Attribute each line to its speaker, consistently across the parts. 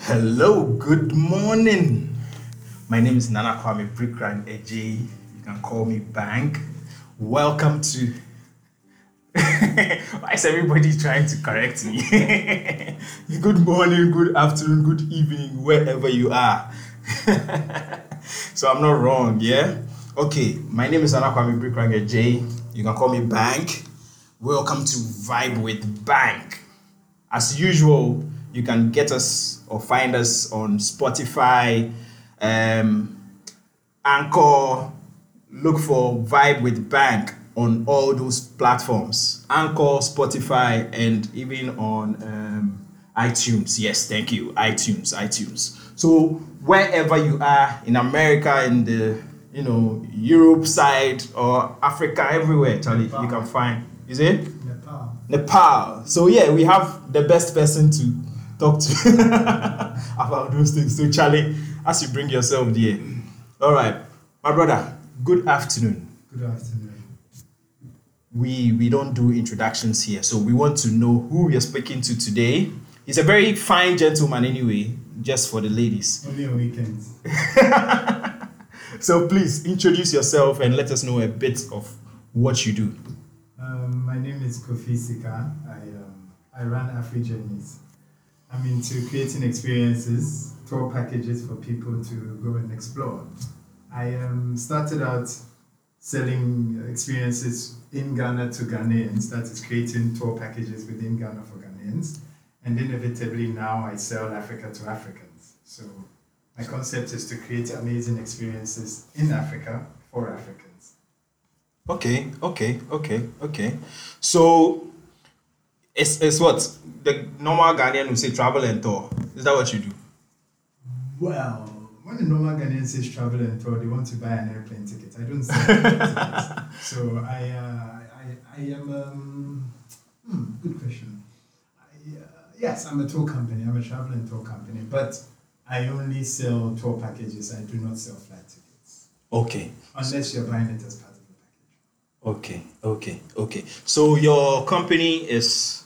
Speaker 1: Hello, good morning. My name is Nana Kwame Brickran AJ. You can call me Bank. Welcome to. Why is everybody trying to correct me? good morning, good afternoon, good evening, wherever you are. so I'm not wrong, yeah? Okay, my name is Nana Kwame Brickran AJ. You can call me Bank. Welcome to Vibe with Bank. As usual, you can get us or find us on Spotify, um, Anchor. Look for Vibe with Bank on all those platforms Anchor, Spotify, and even on um, iTunes. Yes, thank you. iTunes, iTunes. So, wherever you are in America, in the you know, Europe side or Africa, everywhere, Charlie, you can find. Is it?
Speaker 2: Nepal.
Speaker 1: Nepal. So yeah, we have the best person to talk to about those things. So Charlie, as you bring yourself there. All right, my brother. Good afternoon.
Speaker 2: Good afternoon.
Speaker 1: We we don't do introductions here, so we want to know who we are speaking to today. He's a very fine gentleman, anyway, just for the ladies.
Speaker 2: Only on weekends.
Speaker 1: So please introduce yourself and let us know a bit of what you do.
Speaker 2: Um, my name is Kofi Sika. I, um, I run Afri Journeys. I'm into creating experiences, tour packages for people to go and explore. I um, started out selling experiences in Ghana to Ghanaians, that is, creating tour packages within Ghana for Ghanaians. And inevitably, now I sell Africa to Africans. So, my concept is to create amazing experiences in Africa for Africans.
Speaker 1: Okay, okay, okay, okay. So it's it's what the normal Ghanaian would say travel and tour. Is that what you do?
Speaker 2: Well, when a normal Ghanaian says travel and tour, they want to buy an airplane ticket. I don't sell airplane tickets. So I, uh, I, I am. Um, hmm, good question. I, uh, yes, I'm a tour company. I'm a travel and tour company, but I only sell tour packages. I do not sell flight tickets
Speaker 1: Okay,
Speaker 2: unless you're buying it as part of the package.
Speaker 1: okay, okay, okay. So your company is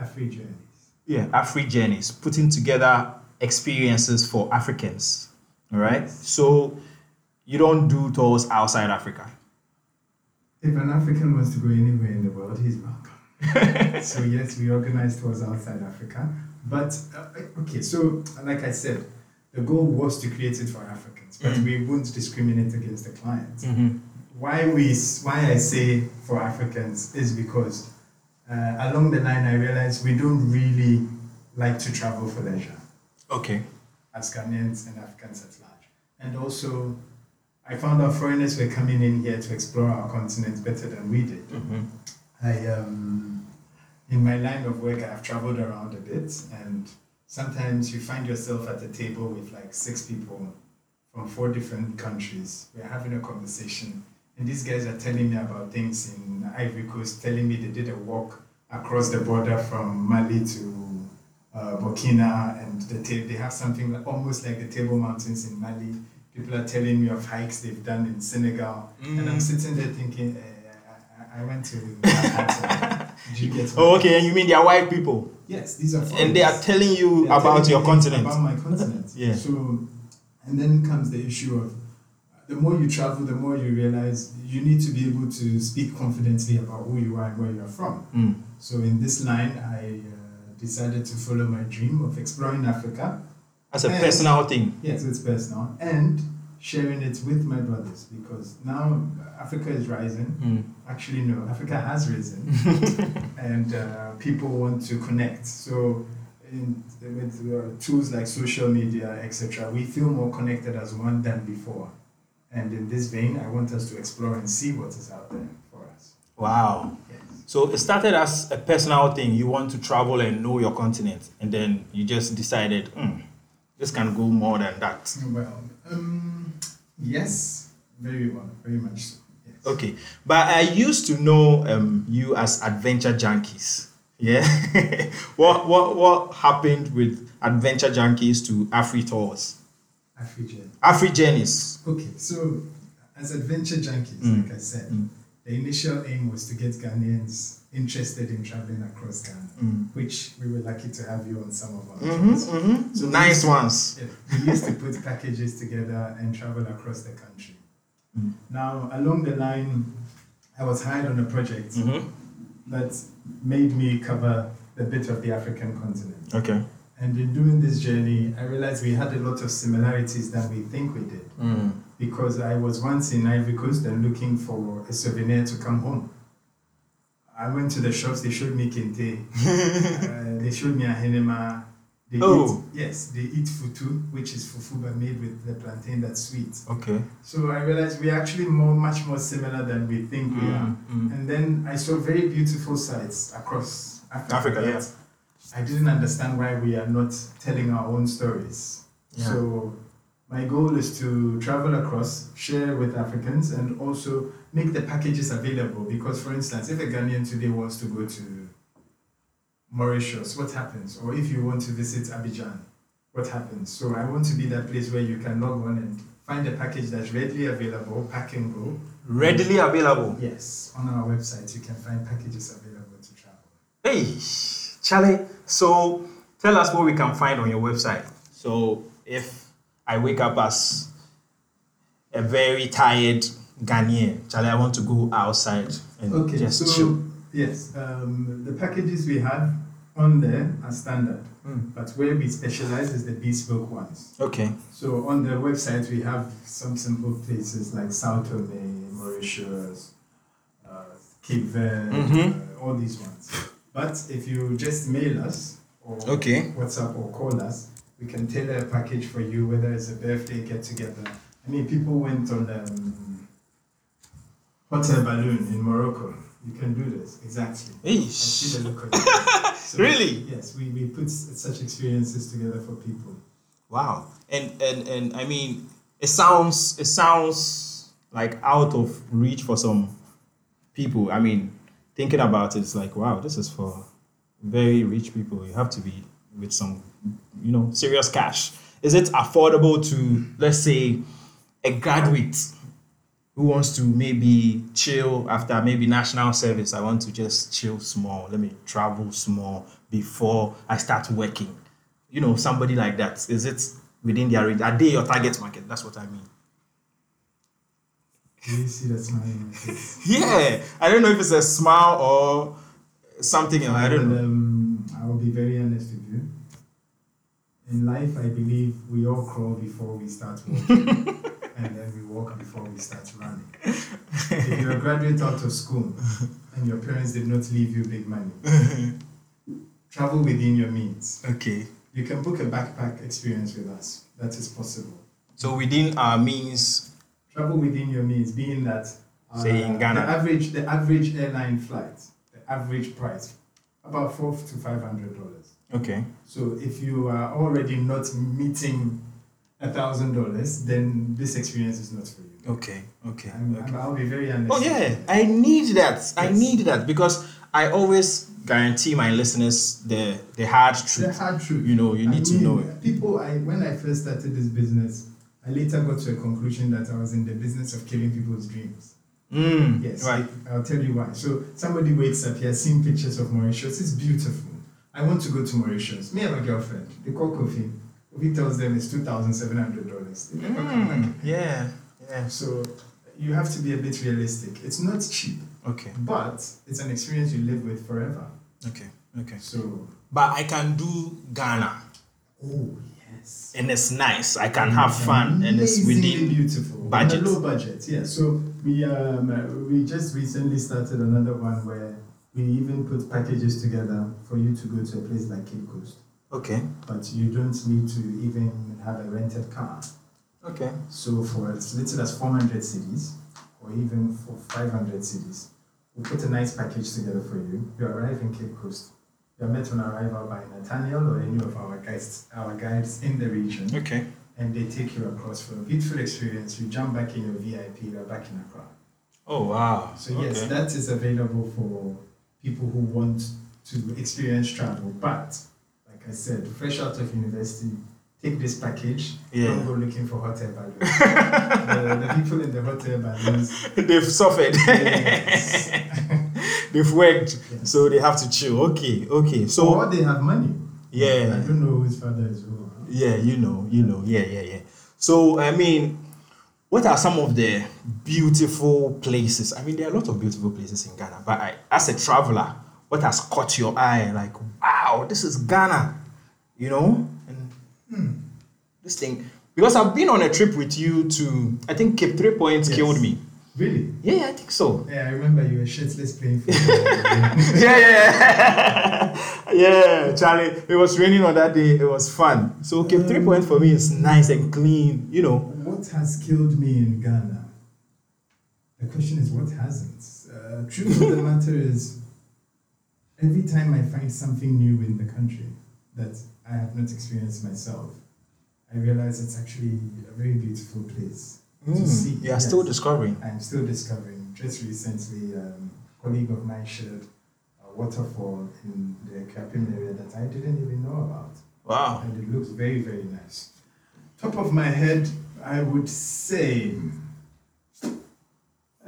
Speaker 2: Afri journeys.
Speaker 1: yeah, Afri Journeys, putting together experiences for Africans. All right. So you don't do tours outside Africa.
Speaker 2: If an African wants to go anywhere in the world, he's welcome. so yes, we organized tours outside Africa, but uh, okay. So like I said, the goal was to create it for Africans, but we won't discriminate against the clients. Why we s- why I say for Africans is because uh, along the line I realized we don't really like to travel for leisure
Speaker 1: Okay.
Speaker 2: as Ghanaians and Africans at large. And also, I found out foreigners were coming in here to explore our continent better than we did. I, um, in my line of work, I've traveled around a bit, and sometimes you find yourself at a table with like six people from four different countries. We're having a conversation, and these guys are telling me about things in Ivory Coast, telling me they did a walk across the border from Mali to uh, Burkina, and the ta- they have something like, almost like the Table Mountains in Mali. People are telling me of hikes they've done in Senegal, and I'm sitting there thinking, uh, I, I went to. Manhattan. Did you get?
Speaker 1: Oh, okay. And you mean they are white people,
Speaker 2: Yes, these are.
Speaker 1: and they are
Speaker 2: foreigners.
Speaker 1: telling you
Speaker 2: They're
Speaker 1: about
Speaker 2: telling
Speaker 1: your
Speaker 2: me
Speaker 1: continent.
Speaker 2: About my continent.
Speaker 1: Yeah.
Speaker 2: So, and then comes the issue of the more you travel, the more you realize you need to be able to speak confidently about who you are and where you are from.
Speaker 1: Mm.
Speaker 2: So, in this line, I uh, decided to follow my dream of exploring Africa.
Speaker 1: That's a
Speaker 2: And-
Speaker 1: personal thing.
Speaker 2: Yes, it's personal. And sharing it with my brothers because now Africa is rising.
Speaker 1: Mm.
Speaker 2: Actually, no, Africa has risen and uh, people want to connect. So, in, with uh, tools like social media, etc., we feel more connected as one than before. And in this vein, I want us to explore and see what is out there for us.
Speaker 1: Wow.
Speaker 2: Yes.
Speaker 1: So it started as a personal thing. You want to travel and know your continent, and then you just decided, hmm, this can go more than that.
Speaker 2: Well, um, yes, very well, very much so. Yes.
Speaker 1: Okay, but I used to know um, you as adventure junkies. Yeah, what what what happened with adventure junkies to Afri tours,
Speaker 2: Africa.
Speaker 1: Afri journeys?
Speaker 2: Okay,
Speaker 1: Mm.
Speaker 2: so as adventure junkies, like I said, the initial aim was to get Ghanaians interested in traveling across Ghana,
Speaker 1: Mm.
Speaker 2: which we were lucky to have you on some of our
Speaker 1: hmm
Speaker 2: trips.
Speaker 1: hmm
Speaker 2: So
Speaker 1: nice ones.
Speaker 2: Yeah, we used to put packages together and travel across the country.
Speaker 1: Mm.
Speaker 2: Now, along the line, I was hired on a project
Speaker 1: Mm-hmm.
Speaker 2: that made me cover a bit of the African continent.
Speaker 1: Okay.
Speaker 2: And in doing this journey, I realized we had a lot of similarities that we think we did.
Speaker 1: Mm.
Speaker 2: Because I was once in Ivory Coast and looking for a souvenir to come home. I went to the shops, they showed me kente, uh, they showed me ahenema. They
Speaker 1: Oh.
Speaker 2: eat, yes, they eat futu, which is fufu but made with the plantain that's sweet.
Speaker 1: Okay.
Speaker 2: So I realized we're actually more, much more similar than we think we are.
Speaker 1: Mm.
Speaker 2: And then I saw very beautiful sights across Africa.
Speaker 1: Africa,
Speaker 2: that
Speaker 1: yeah.
Speaker 2: I didn't understand why we are not telling our own stories.
Speaker 1: Yeah.
Speaker 2: So my goal is to travel across, share with Africans, and also make the packages available. Because, for instance, if a Ghanaian today wants to go to Mauritius, what happens? Or if you want to visit Abidjan, what happens? So I want to be that place where you can log on and find a package that's readily available, pack and go.
Speaker 1: Readily available.
Speaker 2: Yes, on our website you can find packages available to travel.
Speaker 1: Hey, Charlie. So, tell us what we can find on your website. So, if I wake up as a very tired Ghanaian, Charlie, I want to go outside and
Speaker 2: Okay,
Speaker 1: just
Speaker 2: so
Speaker 1: chill.
Speaker 2: yes, um, the packages we have on there are standard,
Speaker 1: Mm.
Speaker 2: but where we specialize is the bespoke ones.
Speaker 1: Okay.
Speaker 2: So on the website we have some simple places like Sao Tome, Mauritius, uh, Cape Verde,
Speaker 1: Mhm.
Speaker 2: uh, all these ones. But if you just mail us or
Speaker 1: Okay.
Speaker 2: WhatsApp or call us, we can tailor a package for you, whether it's a birthday get together. I mean, people went on the um, hot air balloon in Morocco. You can do this exactly.
Speaker 1: Hey.
Speaker 2: I see the look on your face. So,
Speaker 1: Really?
Speaker 2: Yes, we, we put s- such experiences together for people.
Speaker 1: Wow. And and and I mean, it sounds it sounds like out of reach for some people. I mean, thinking about it, it's like wow, this is for very rich people. You have to be with some, you know, serious cash. Is it affordable to let's say a graduate who wants to maybe chill after maybe national service? I want to just chill small. Let me travel small before I start working you know, somebody like that? Is it within their range? Are they your target market? That's what I mean.
Speaker 2: Do you see that smile on my face?
Speaker 1: Yeah, I don't know if it's a smile or something else. I don't
Speaker 2: And,
Speaker 1: know.
Speaker 2: Um, I will be very honest with you. In life, I believe we all crawl before we start walking, and then we walk before we start running. if you're a graduate out of school and your parents did not leave you big money, travel within your means.
Speaker 1: Okay.
Speaker 2: You can book a backpack experience with us. That is possible.
Speaker 1: So within our means,
Speaker 2: Travel within your means, being that uh,
Speaker 1: Say in Ghana.
Speaker 2: the average the average airline flight, the average price, about four to five hundred dollars.
Speaker 1: okay.
Speaker 2: So if you are already not meeting a thousand dollars, then this experience is not for you.
Speaker 1: Okay. Okay.
Speaker 2: I'm, I'm- I'll be very honest.
Speaker 1: Oh
Speaker 2: with
Speaker 1: yeah,
Speaker 2: you.
Speaker 1: I need that. I
Speaker 2: Yes.
Speaker 1: need that because I always guarantee my listeners the the hard
Speaker 2: The
Speaker 1: truth.
Speaker 2: hard truth.
Speaker 1: You know, you need to
Speaker 2: mean,
Speaker 1: know it.
Speaker 2: People, I when I first started this business, I later got to a conclusion that I was in the business of killing people's dreams.
Speaker 1: Mm,
Speaker 2: Yes,
Speaker 1: Right.
Speaker 2: I'll tell you why. So somebody wakes up, he has seen pictures of Mauritius. It's beautiful. I want to go to Mauritius. Me and my girlfriend. They call Kofi. Kofi tells them it's two thousand seven hundred dollars. They never come back.
Speaker 1: Mm, yeah. Yeah.
Speaker 2: So you have to be a bit realistic. It's not cheap,
Speaker 1: Okay.
Speaker 2: but it's an experience you live with forever.
Speaker 1: Okay. Okay.
Speaker 2: So.
Speaker 1: But I can do Ghana.
Speaker 2: Oh yes.
Speaker 1: and it's nice. I can have fun and it's
Speaker 2: Amazingly
Speaker 1: within
Speaker 2: beautiful On a
Speaker 1: budget.
Speaker 2: low budget yeah so we um uh, we just recently started another one where we even put packages together for you to go to a place like Cape Coast
Speaker 1: Okay.
Speaker 2: but you don't need to even have a rented car
Speaker 1: Okay.
Speaker 2: so for as little as 400 cities or even for 500 cities we put a nice package together for you you arrive in Cape Coast you're met on arrival by Nathaniel or any of our guides our guides in the region
Speaker 1: Okay.
Speaker 2: and they take you across for a beautiful experience. You jump back in your VIP, you're back in Accra.
Speaker 1: Oh wow.
Speaker 2: So yes, that is available for people who want to experience travel. But like I said, fresh out of university, take this package.
Speaker 1: Yeah.
Speaker 2: Don't go looking for hot air balloons. the, the people in the hot air balloons.
Speaker 1: They've suffered.
Speaker 2: yes.
Speaker 1: They've worked, so they have to chill. Okay, okay. So
Speaker 2: or they have money. I
Speaker 1: yeah,
Speaker 2: don't know whose father is who.
Speaker 1: yeah, you know, you know, yeah, yeah, yeah. So I mean, what are some of the beautiful places? I mean, there are a lot of beautiful places in Ghana, but I, as a traveler, what has caught your eye? Like, wow, this is Ghana, you know, and hmm, this thing. Because I've been on a trip with you to, I think Cape Three Points
Speaker 2: Yes.
Speaker 1: killed me.
Speaker 2: Really?
Speaker 1: Yeah, I think so.
Speaker 2: Yeah, I remember you were shirtless playing football.
Speaker 1: yeah, yeah, yeah. yeah, Charlie. It was raining on that day. It was fun. So Cape Three Point for me is nice and clean. You know.
Speaker 2: What has killed me in Ghana? The question is, what hasn't? Uh, truth of the matter is, every time I find something new in the country that I have not experienced myself, I realize it's actually a very beautiful place to see.
Speaker 1: Mm, you are still
Speaker 2: Yes.
Speaker 1: discovering.
Speaker 2: I'm still discovering. Just recently, um, a colleague of mine shared a waterfall in the Kapim area that I didn't even know about
Speaker 1: Wow.
Speaker 2: and it looks very very nice. Top of my head, I would say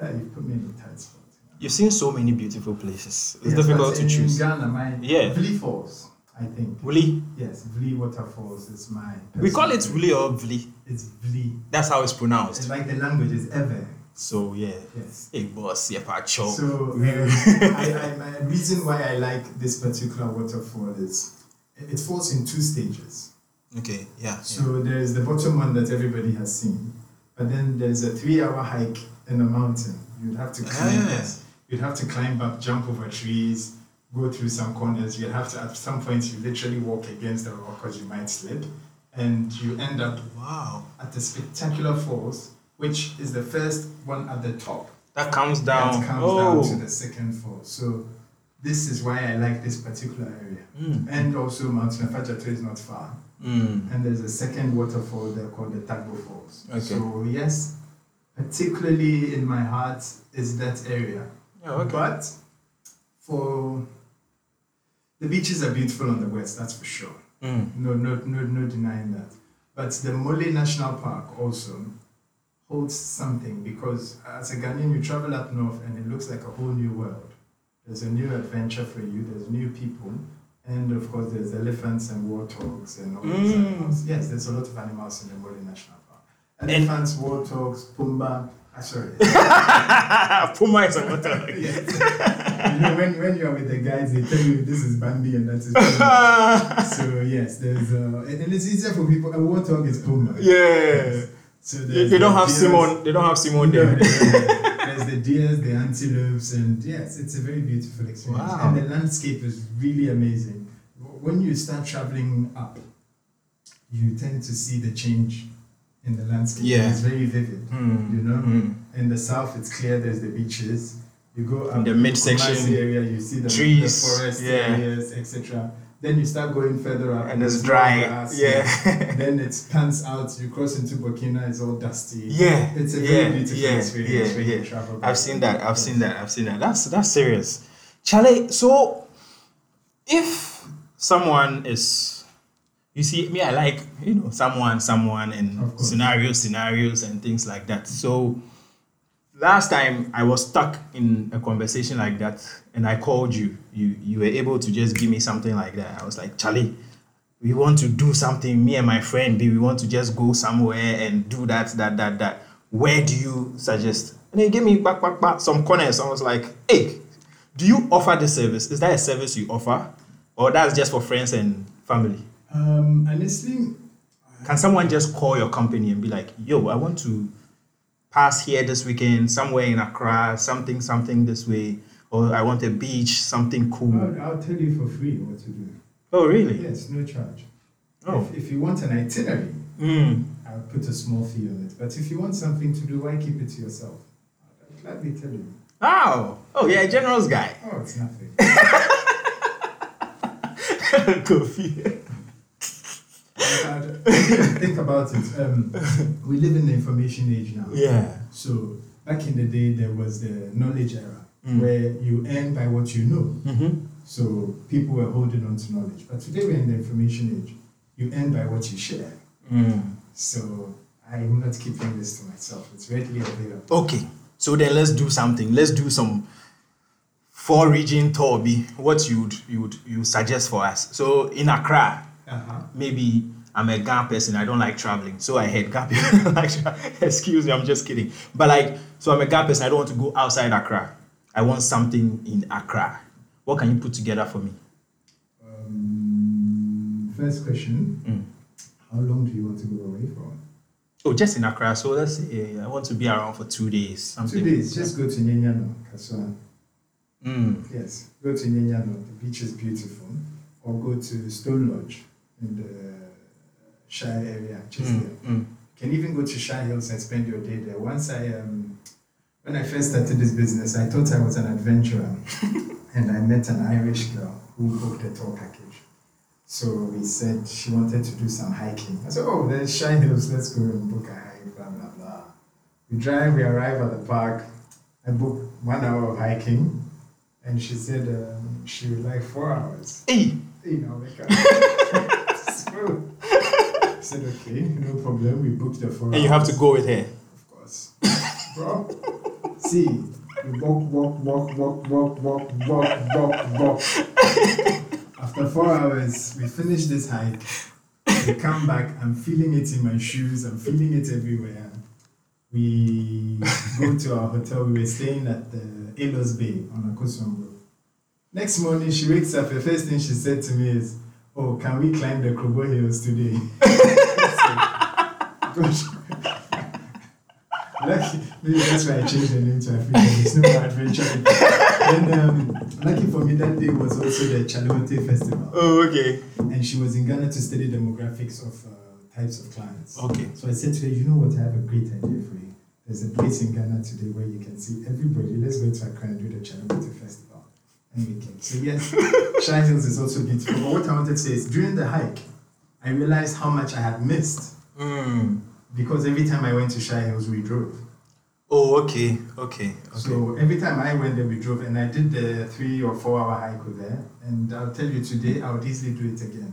Speaker 2: Ah, you put me in a tight spot.
Speaker 1: You've seen so many beautiful places. It's
Speaker 2: Yes,
Speaker 1: difficult
Speaker 2: but
Speaker 1: to
Speaker 2: in
Speaker 1: choose.
Speaker 2: Ghana, my
Speaker 1: Yeah.
Speaker 2: Vli Falls, I think.
Speaker 1: Vli.
Speaker 2: Yes, Vli Waterfalls is my.
Speaker 1: We call it
Speaker 2: personal-
Speaker 1: Vli or Vli.
Speaker 2: It's Vli.
Speaker 1: That's how it's
Speaker 2: It's
Speaker 1: pronounced.
Speaker 2: like the language is ever.
Speaker 1: So yeah.
Speaker 2: Yes.
Speaker 1: Hey boss, yeah, pacho.
Speaker 2: So um, I, I, my reason why I like this particular waterfall is it it falls in two stages.
Speaker 1: okay. Yeah. yeah.
Speaker 2: So there is the bottom one that everybody has seen, but then there's a three-hour hike in the mountain. You'd have to climb
Speaker 1: Ah.
Speaker 2: it. You'd have to climb up, jump over trees, go through some corners. You'd have to at some point you literally walk against the rock because you might slip, and you end up
Speaker 1: Wow.
Speaker 2: at the spectacular falls, which is the first one at the top
Speaker 1: That comes down.
Speaker 2: that comes
Speaker 1: oh.
Speaker 2: down to the second fall. So this is why I like this particular area.
Speaker 1: Mm.
Speaker 2: And also Mount Nefajato is not far.
Speaker 1: Mm.
Speaker 2: And there's a second waterfall there called the Tagbo Falls.
Speaker 1: Okay.
Speaker 2: So yes, particularly in my heart is that area.
Speaker 1: Yeah, Oh, okay.
Speaker 2: But for the beaches are beautiful on the west, that's for sure.
Speaker 1: Mm.
Speaker 2: No, no, no, no denying that. But the Mole National Park also holds something because as a Ghanaian, you travel up north and it looks like a whole new world. There's a new adventure for you, there's new people, and of course, there's elephants and warthogs and all these
Speaker 1: Mm.
Speaker 2: animals. Yes, there's a lot of animals in the Mole National Park.
Speaker 1: And-
Speaker 2: Elephants, warthogs, Pumba. Ah, sorry.
Speaker 1: Puma is a water.
Speaker 2: yes. You know, when, when you're with the guys, they tell you this is Bambi and that is Pumba so yes, there's uh, and, and it's easier for people. A warthog is Puma.
Speaker 1: yeah.
Speaker 2: So
Speaker 1: They,
Speaker 2: there's
Speaker 1: they don't
Speaker 2: the
Speaker 1: have
Speaker 2: deers-
Speaker 1: Simon. They don't have Simon there.
Speaker 2: No, no, no. there's the deers, the antelopes, and yes, it's a very beautiful experience.
Speaker 1: Wow.
Speaker 2: And the landscape is really amazing. W- When you start traveling up, you tend to see the change in the landscape.
Speaker 1: Yeah.
Speaker 2: it's very vivid.
Speaker 1: Hmm.
Speaker 2: You know,
Speaker 1: Hmm.
Speaker 2: in the south, it's clear. There's the beaches. You go up
Speaker 1: In the
Speaker 2: to
Speaker 1: midsection,
Speaker 2: Kumasi area, you see the
Speaker 1: trees,
Speaker 2: the forest
Speaker 1: yeah.
Speaker 2: areas, etc. Then you start going further up,
Speaker 1: And it's
Speaker 2: there's more
Speaker 1: dry.
Speaker 2: grass,
Speaker 1: Yeah.
Speaker 2: then it pans out. You cross into Burkina, it's all dusty.
Speaker 1: Yeah.
Speaker 2: It's a
Speaker 1: yeah.
Speaker 2: very beautiful
Speaker 1: yeah.
Speaker 2: experience
Speaker 1: Yeah.
Speaker 2: when
Speaker 1: Yeah.
Speaker 2: you travel.
Speaker 1: I've seen that. I've seen that. I've seen that. That's that's serious. Charlie, so if someone is you see me, I like, you know, someone, someone
Speaker 2: Of
Speaker 1: and
Speaker 2: course.
Speaker 1: scenarios, scenarios and things like that. So last time I was stuck in a conversation like that and I called you. You you were able to just give me something like that. I was like, Charlie, we want to do something, me and my friend B, we want to just go somewhere and do that, that, that, that. Where do you suggest? And then he gave me back, back, back some corners. I was like, hey, do you offer this service? Is that a service you offer? Or that's just for friends and family?
Speaker 2: Um, honestly,
Speaker 1: Can someone just call your company and be like, yo, I want to pass here this weekend, somewhere in Accra, something, something this way, or I want a beach, something cool.
Speaker 2: I'll, I'll tell you for free what to do.
Speaker 1: Oh, really?
Speaker 2: Yes, no charge.
Speaker 1: Oh.
Speaker 2: If, if you want an itinerary,
Speaker 1: Mm.
Speaker 2: I'll put a small fee on it. But if you want something to do, why keep it to yourself? I'll gladly tell you.
Speaker 1: Oh, oh, yeah, generous guy.
Speaker 2: Oh, it's nothing.
Speaker 1: Kofi.
Speaker 2: Think about it. Um, we live in the information age now.
Speaker 1: Yeah.
Speaker 2: So back in the day, there was the knowledge era
Speaker 1: Mm.
Speaker 2: where you earn by what you know.
Speaker 1: Mm-hmm.
Speaker 2: So people were holding on to knowledge. But today we're in the information age. You earn by what you share.
Speaker 1: Hmm.
Speaker 2: So I'm not keeping this to myself. It's readily available.
Speaker 1: Okay. So then let's do something. Let's do some four region tour be what you would you would you suggest for us? So in Accra,
Speaker 2: Uh-huh.
Speaker 1: maybe I'm a Ghana person. I don't like traveling, so I hate Ghana. like, excuse me, I'm just kidding. But like, so I'm a Ghana person. I don't want to go outside Accra. I want something in Accra. What can you put together for me?
Speaker 2: Um, first question
Speaker 1: Mm.
Speaker 2: How long do you want to go away for?
Speaker 1: Oh, just in Accra. So let's say I want to be around for two days. Something.
Speaker 2: Two days, just go to Nyenyano, Kaswa.
Speaker 1: Mm.
Speaker 2: Yes, go to Nyenyano, the beach is beautiful. Or go to Stone Lodge in the Shire area, Chesdale.
Speaker 1: Mm. Mm.
Speaker 2: You can even go to Shire Hills and spend your day there. Once I um, when I first started this business, I thought I was an adventurer, and I met an Irish girl who booked a tour package. So we said she wanted to do some hiking. I said, "Oh, there's Shire Hills. Let's go and book a hike." Blah blah blah. We drive. We arrive at the park. I booked one hour of hiking, and she said um, she would like four hours
Speaker 1: Hey,
Speaker 2: you know, like a- So, I said, okay, no problem. We booked the four
Speaker 1: and you have to
Speaker 2: hours."
Speaker 1: go with her.
Speaker 2: Of course. Bro, see, you walk, walk, walk, walk, walk, walk, walk, walk, walk. After four hours, we finish this hike. We come back. I'm feeling it in my shoes. I'm feeling it everywhere. We go to our hotel. We were staying at the Elos Bay on Akosum Road. Next morning, she wakes up. The first thing she said to me is, "Oh, can we climb the Krobo Hills today?" I said, "Gosh." Lucky, maybe that's why I changed the name to Africa. It's no more adventure. then, um, lucky for me, that day was also the Chalote Festival,
Speaker 1: Oh, okay.
Speaker 2: and she was in Ghana to study demographics of uh, types of clients.
Speaker 1: Okay.
Speaker 2: So I said to her, "You know what? I have a great idea for you. There's a place in Ghana today where you can see everybody. Let's go to Accra and do the Chalote Festival." And we came. So yes, Shine Hills is also beautiful. But what I wanted to say is, during the hike, I realized how much I had missed
Speaker 1: Mm.
Speaker 2: because every time I went to Shine Hills, we drove.
Speaker 1: Oh, okay. Okay. Okay.
Speaker 2: So every time I went there, we drove, and I did the three or four hour hike over there. And I'll tell you today, I would easily do it again.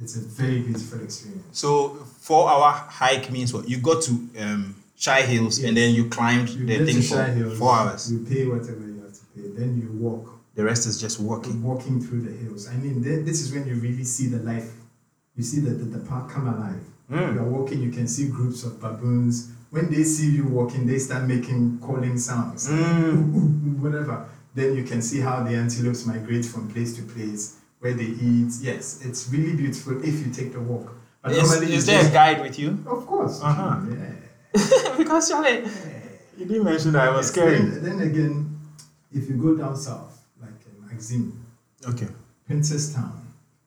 Speaker 2: It's a very beautiful experience.
Speaker 1: So four hour hike means what? You got to um Chai Hills and then you climbed
Speaker 2: You
Speaker 1: the
Speaker 2: get
Speaker 1: thing
Speaker 2: to
Speaker 1: for
Speaker 2: Shire Hills,
Speaker 1: four hours.
Speaker 2: You pay whatever you have to pay. Then you walk,
Speaker 1: The rest is just walking.
Speaker 2: walking through the hills. I mean, th- this is when you really see the life. You see the, the, the park come alive.
Speaker 1: Mm.
Speaker 2: You're walking, you can see groups of baboons. When they see you walking, they start making calling sounds.
Speaker 1: Mm.
Speaker 2: whatever. Then you can see how the antelopes migrate from place to place, where they eat. Yes, it's really beautiful if you take the walk. But
Speaker 1: Is,
Speaker 2: you
Speaker 1: is there a
Speaker 2: just-
Speaker 1: guide with you?
Speaker 2: Of course.
Speaker 1: Uh-huh.
Speaker 2: Yeah.
Speaker 1: because Charlie, you didn't mention that I was
Speaker 2: Yes,
Speaker 1: scared.
Speaker 2: Then, then again, if you go down south, like um, Axim,
Speaker 1: Okay.
Speaker 2: Princess Town,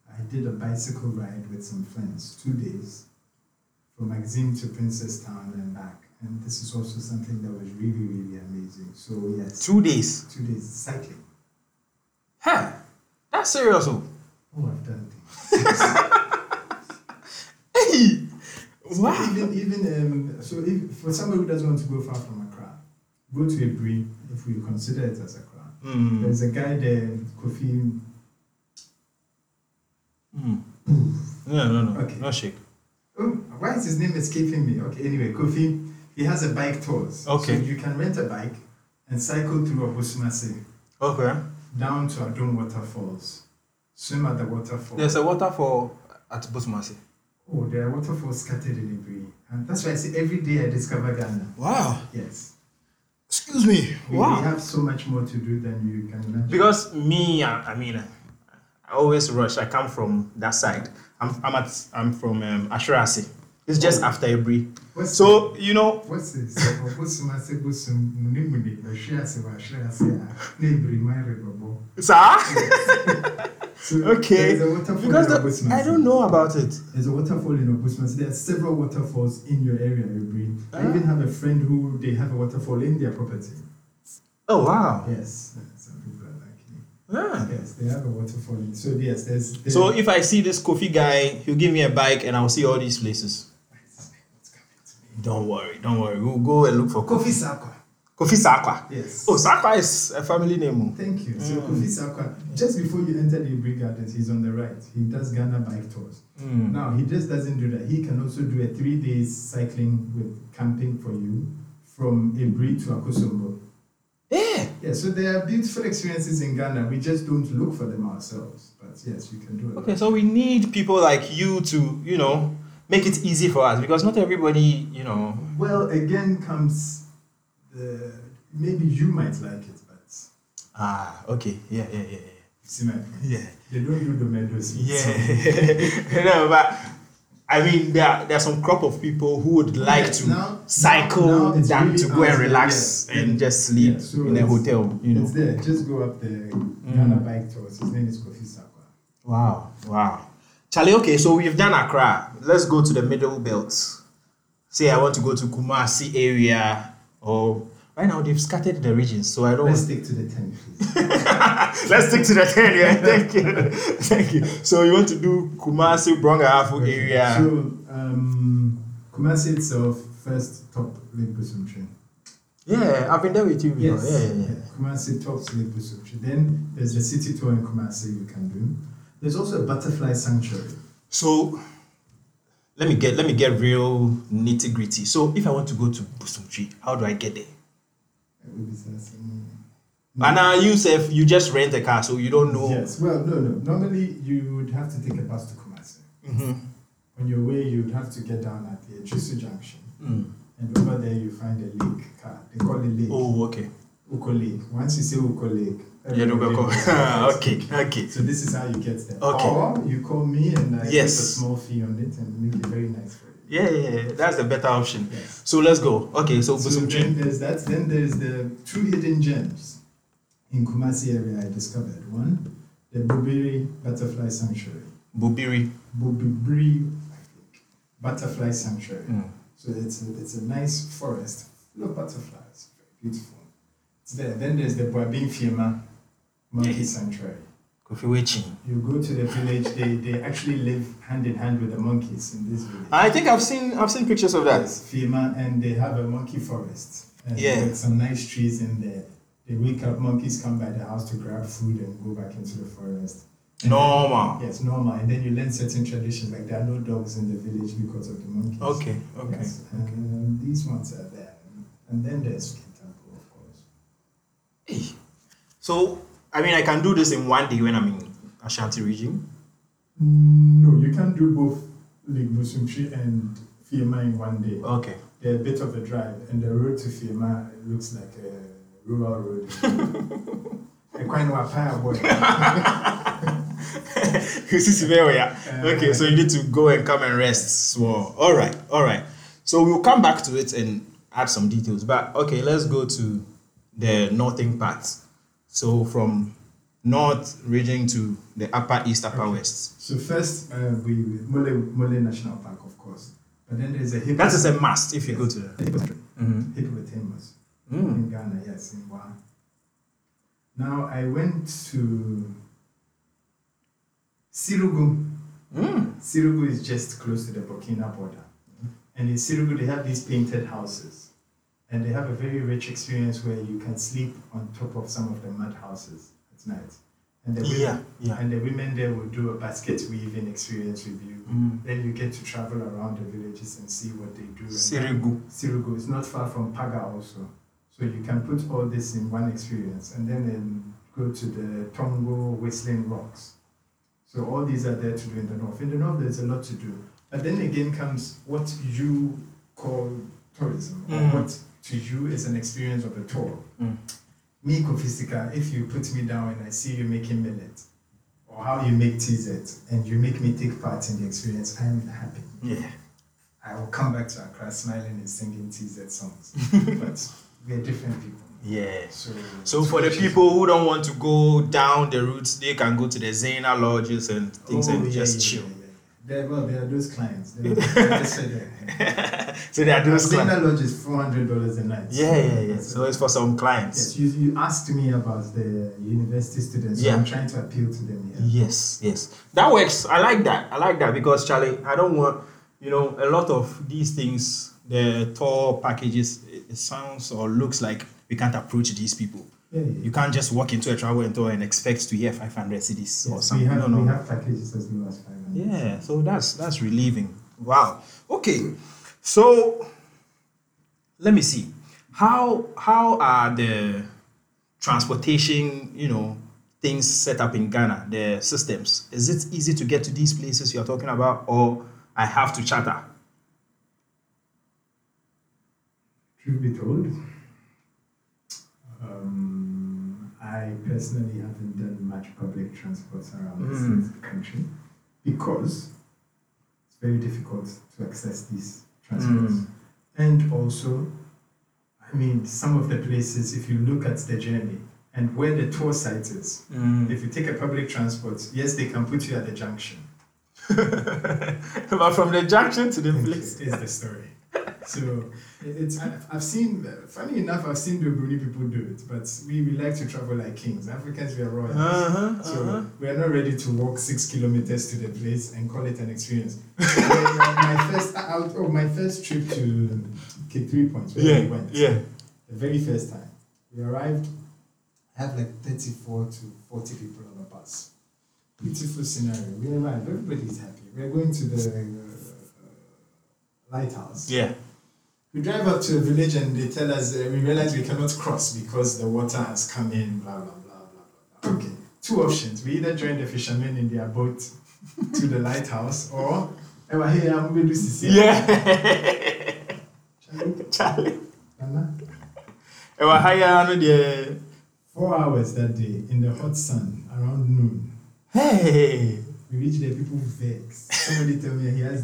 Speaker 2: I did a bicycle ride with some friends, two days, from Axim to Princess Town and back. And this is also something that was really, really amazing. So yes,
Speaker 1: Two days.
Speaker 2: two days cycling.
Speaker 1: Huh. That's serious. oh.
Speaker 2: Oh, I've done things.
Speaker 1: Hey. Wow.
Speaker 2: Even even um, so, if for somebody who doesn't want to go far from Accra, go to Ibri if we consider it as Accra.
Speaker 1: Mm.
Speaker 2: There's a guy there, Kofi.
Speaker 1: Mm. No, no, no.
Speaker 2: Okay.
Speaker 1: No shake.
Speaker 2: Oh, why is his name escaping me? Okay, anyway, Kofi. He has a bike tours.
Speaker 1: Okay.
Speaker 2: So you can rent a bike and cycle through Abusumase
Speaker 1: Okay.
Speaker 2: down to Adum waterfalls, swim at the waterfall.
Speaker 1: There's a waterfall at Bosmasi.
Speaker 2: Oh, there are waterfalls scattered in Ibri, and that's why I say every day I discover Ghana.
Speaker 1: Wow.
Speaker 2: Yes.
Speaker 1: Excuse me.
Speaker 2: We, we have so much more to do than you can imagine.
Speaker 1: Because me, I, I mean, I always rush. I come from that side. I'm, I'm at, I'm from um, Ashurasi. It's just after Ebri.
Speaker 2: What's
Speaker 1: Oh. So you know,
Speaker 2: What's this? Obusum ase busum muni muni bɛhwe ase wahwe ase a na ebiri man rebɛbɔ.
Speaker 1: sir.
Speaker 2: So
Speaker 1: Okay.
Speaker 2: There's a waterfall
Speaker 1: Because
Speaker 2: in
Speaker 1: the-
Speaker 2: Obusum
Speaker 1: I
Speaker 2: ase.
Speaker 1: don't know about it.
Speaker 2: There's a waterfall in Obusum ase. There are several waterfalls in your area, Ebiri. I even have a friend who they have a waterfall in their property.
Speaker 1: Oh wow.
Speaker 2: Yes. Some people are like me.
Speaker 1: Yeah.
Speaker 2: Yes, they have a waterfall in. So yes, there's. there's
Speaker 1: So if I see this Kofi guy, he'll give me a bike, and I'll see all these places.
Speaker 2: It's coming to me.
Speaker 1: Don't worry, don't worry. We'll go and look for
Speaker 2: Kofi
Speaker 1: Kofi.
Speaker 2: Sakwa.
Speaker 1: Kofi Sakwa.
Speaker 2: Yes.
Speaker 1: Oh, Sakwa is a family name.
Speaker 2: Thank you. So
Speaker 1: Mm.
Speaker 2: Kofi Sakwa, just before you enter the Ibri Gardens, he's on the right. He does Ghana bike tours.
Speaker 1: oh. Mm.
Speaker 2: Now he just doesn't do that. He can also do a three days cycling with camping for you from Ebri to Akosombo.
Speaker 1: Yeah.
Speaker 2: Yeah, so there are beautiful experiences in Ghana. We just don't look for them ourselves. But yes, we can do it.
Speaker 1: Okay, so we need people like you to, you know, make it easy for us because not everybody, you know.
Speaker 2: Well, again comes the maybe you might like it, but you
Speaker 1: Ah, okay. Yeah, yeah, yeah, yeah.
Speaker 2: see my point.
Speaker 1: Yeah.
Speaker 2: They don't do the meadows.
Speaker 1: Yeah. no, but I mean, there are, there are some crop of people who would like
Speaker 2: Yes,
Speaker 1: to
Speaker 2: now-
Speaker 1: cycle
Speaker 2: now it's
Speaker 1: than
Speaker 2: really
Speaker 1: to go and
Speaker 2: out there,
Speaker 1: relax
Speaker 2: yeah.
Speaker 1: and just sleep
Speaker 2: Yeah, so
Speaker 1: in a
Speaker 2: it's-
Speaker 1: hotel, you know.
Speaker 2: It's there. Just go up there. Ghana bike tours. His name is Kofi Sakwa.
Speaker 1: Wow, wow. Charlie, okay, so we've done Accra. Let's go to the middle belt. Say I want to go to Kumasi area or right now they've scattered the regions, so I don't
Speaker 2: Let's stick to the ten, please.
Speaker 1: Let's stick to the ten, yeah. Thank you. Thank you. So you want to do Kumasi Brongahafu area.
Speaker 2: So um, Kumasi itself first top Lake Busumtrin.
Speaker 1: Yeah, I've been there with you before. Yeah, yeah, yeah.
Speaker 2: Kumasi top Lake Busumtrin. Then there's the city tour in Kumasi you can do. There's also a butterfly sanctuary.
Speaker 1: So let me get let me get real nitty gritty. So if I want to go to Busumchi, how do I get there?
Speaker 2: That would be something-
Speaker 1: And now you say you just rent a car, so you don't know.
Speaker 2: Yes. Well, no, no. Normally, you would have to take a bus to Kumasi.
Speaker 1: Mhm.
Speaker 2: On your way, you would have to get down at the Echisu Junction,
Speaker 1: Mm.
Speaker 2: and over there you find a lake. Car. They call it lake.
Speaker 1: Oh, okay.
Speaker 2: Uko Lake. Once you say Uko Lake,
Speaker 1: Yeah, no,
Speaker 2: everybody knows
Speaker 1: go-
Speaker 2: it's
Speaker 1: okay,
Speaker 2: Uko Lake.
Speaker 1: okay.
Speaker 2: So this is how you get there.
Speaker 1: Okay.
Speaker 2: Or you call me and I
Speaker 1: Yes.
Speaker 2: put a small fee on it and make it very nice for you.
Speaker 1: Yeah, yeah, yeah. That's the better option.
Speaker 2: Yes.
Speaker 1: So let's go. Okay, so
Speaker 2: So
Speaker 1: Busumchi.
Speaker 2: then there's that. Then there's the two hidden gems in Kumasi area I discovered. One, the Bubiri Butterfly Sanctuary.
Speaker 1: Bubiri.
Speaker 2: Bobibri, I think, butterfly sanctuary.
Speaker 1: Mm.
Speaker 2: So it's a, it's a nice forest full of butterflies, very beautiful. It's there. Then there's the Boabing Fiema monkey
Speaker 1: Yeah.
Speaker 2: sanctuary.
Speaker 1: Kofi Wechi.
Speaker 2: You go to the village; they, they actually live hand in hand with the monkeys in this village.
Speaker 1: I think I've seen I've seen pictures of that.
Speaker 2: Yes, Fiema, and they have a monkey forest. And
Speaker 1: Yeah.
Speaker 2: With some nice trees in there. They wake up, monkeys come by the house to grab food and go back into the forest. And
Speaker 1: Normal.
Speaker 2: Yes, normal. And then you learn certain traditions, like there are no dogs in the village because of the monkeys.
Speaker 1: Okay, okay.
Speaker 2: Yes, And these ones are there. And then there's Skin Temple, of course.
Speaker 1: So I mean I can do this in one day when I'm in Ashanti region.
Speaker 2: Mm, No, you can't do both Lake Busumtri and Fiema in one day.
Speaker 1: Okay.
Speaker 2: They're a bit of a drive, and the road to Fiema looks like a rural road. A kind of a fireboy.
Speaker 1: This is where we are. Okay, so you need to go and come and rest. So, all right, all right. So we'll come back to it and add some details. But okay, let's go to the northern part. So from north region to the upper east, upper west.
Speaker 2: So first, uh, we Mole, Mole National Park, of course. But then there's a hip.
Speaker 1: That is a must if you go to the.
Speaker 2: mm in Ghana, yes, in Wa. Now I went to Sirugu. Sirugu is just close to the Burkina border. And in Sirugu they have these painted houses. And they have a very rich experience where you can sleep on top of some of the mud houses at night. And the women,
Speaker 1: Yeah, yeah.
Speaker 2: and the women there will do a basket weaving experience with you. Then you get to travel around the villages and see what they do. and
Speaker 1: Sirigu.
Speaker 2: Sirugu is not far from Paga also. So you can put all this in one experience and then um, go to the Tongo Whistling Rocks. So all these are there to do in the north. In the north, there's a lot to do. But then again comes what you call tourism,
Speaker 1: Mm.
Speaker 2: or what to you is an experience of a tour.
Speaker 1: Mm.
Speaker 2: Me, Kofisika, if you put me down and I see you making millet, or how you make TZ, and you make me take part in the experience, I am happy.
Speaker 1: Yeah.
Speaker 2: I will come back to Accra smiling and singing TZ songs. but we're different people.
Speaker 1: Yeah.
Speaker 2: So,
Speaker 1: So for the people who don't want to go down the routes, they can go to the Zena lodges and things
Speaker 2: Oh,
Speaker 1: and
Speaker 2: yeah,
Speaker 1: just
Speaker 2: yeah,
Speaker 1: chill.
Speaker 2: yeah, yeah. There, well, there are those clients. They just say that.
Speaker 1: So they are those clients.
Speaker 2: Signal lodge is four hundred dollars a night.
Speaker 1: Yeah, yeah, yeah. So it's for some
Speaker 2: yes,
Speaker 1: clients.
Speaker 2: you, you asked me about the university students. so
Speaker 1: Yeah.
Speaker 2: I'm trying to appeal to them here.
Speaker 1: Yes, yes. That works. I like that. I like that because Charlie, I don't want, you know, a lot of these things, the tour packages, it it sounds or looks like we can't approach these people.
Speaker 2: Yeah, yeah.
Speaker 1: You can't just walk into a travel and tour and expect to hear 500 cities or
Speaker 2: Yes, we
Speaker 1: something.
Speaker 2: have
Speaker 1: no, no.
Speaker 2: we have packages as low as five hundred.
Speaker 1: Yeah, so that's that's relieving. Wow. Okay. So let me see. How how are the transportation, you know, things set up in Ghana, the systems? Is it easy to get to these places you're talking about, or I have to charter?
Speaker 2: Truth be told, um, I personally haven't done much public transport around
Speaker 1: Mm.
Speaker 2: this country because it's very difficult to access these transports. And also, I mean, some of the places, if you look at the journey and where the tour site is,
Speaker 1: Mm.
Speaker 2: if you take a public transport, yes, they can put you at the junction.
Speaker 1: but from the junction to the place.
Speaker 2: is the story. So it- it's I- I've seen funny enough I've seen the Brunei people do it, but we, we like to travel like kings. Africans we are royals.
Speaker 1: Uh-huh,
Speaker 2: So
Speaker 1: uh-huh.
Speaker 2: we are not ready to walk six kilometers to the place and call it an experience. my, my first out oh, my first trip to K three points where we
Speaker 1: Yeah,
Speaker 2: went
Speaker 1: yeah.
Speaker 2: the very first time we arrived. I had like thirty four to forty people on the bus. Beautiful scenario. We arrived. Everybody's happy. We are going to the uh, lighthouse.
Speaker 1: Yeah.
Speaker 2: We drive up to a village and they tell us uh, we realize we cannot cross because the water has come in, blah, blah, blah, blah, blah. Okay, two options. We either join the fishermen in their boat to the lighthouse or, hey, hey, I'm going to see.
Speaker 1: Yeah. Charlie. Ewa ha ya ano deɛ.
Speaker 2: Four hours that day in the hot sun around noon.
Speaker 1: Hey.
Speaker 2: We reach there, people vex. Somebody tell me he has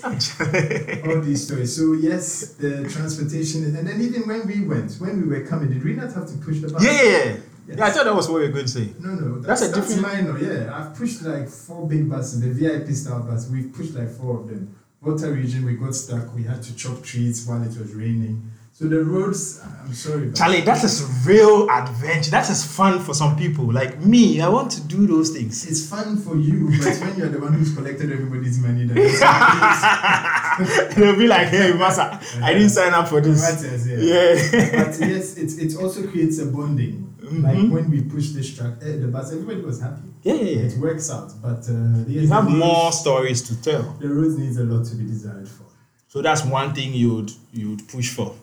Speaker 1: Charlie.
Speaker 2: All these stories. So, yes, the transportation. And then, even when we went, when we were coming, did we not have to push the button?
Speaker 1: Yeah, yeah. Yeah, I thought that was what we were going to say.
Speaker 2: No, no,
Speaker 1: That's
Speaker 2: that's,
Speaker 1: a
Speaker 2: that's
Speaker 1: different-
Speaker 2: minor. Yeah, I've pushed like four big buses, the VIP style bus. We've pushed like four of them. Water region, we got stuck. We had to chop trees while it was raining. So the roads, I'm sorry, but
Speaker 1: Charlie, that is real adventure. That is fun for some people. Like me, I want to do those things.
Speaker 2: it's fun for you, but when you're the one who's collected everybody's money, then it's right,
Speaker 1: They'll be like, hey, Masa, I didn't sign up for this.
Speaker 2: yes, yeah.
Speaker 1: Yeah. Mm-hmm.
Speaker 2: But yes, it, it also creates a bonding. Like when we push this track, eh, the bus, everybody was happy.
Speaker 1: Yeah, yeah, yeah.
Speaker 2: It works out, but uh, yes,
Speaker 1: You have
Speaker 2: the roads-
Speaker 1: more stories to tell.
Speaker 2: The roads needs a lot to be desired for.
Speaker 1: So that's one thing you'd you'd push for.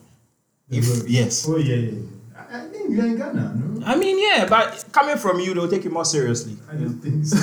Speaker 2: The
Speaker 1: If
Speaker 2: roads.
Speaker 1: yes.
Speaker 2: Oh yeah, yeah. yeah. I, I mean, you're in Ghana, no?
Speaker 1: I mean, yeah, but coming from you, they'll take it more seriously.
Speaker 2: I don't think so.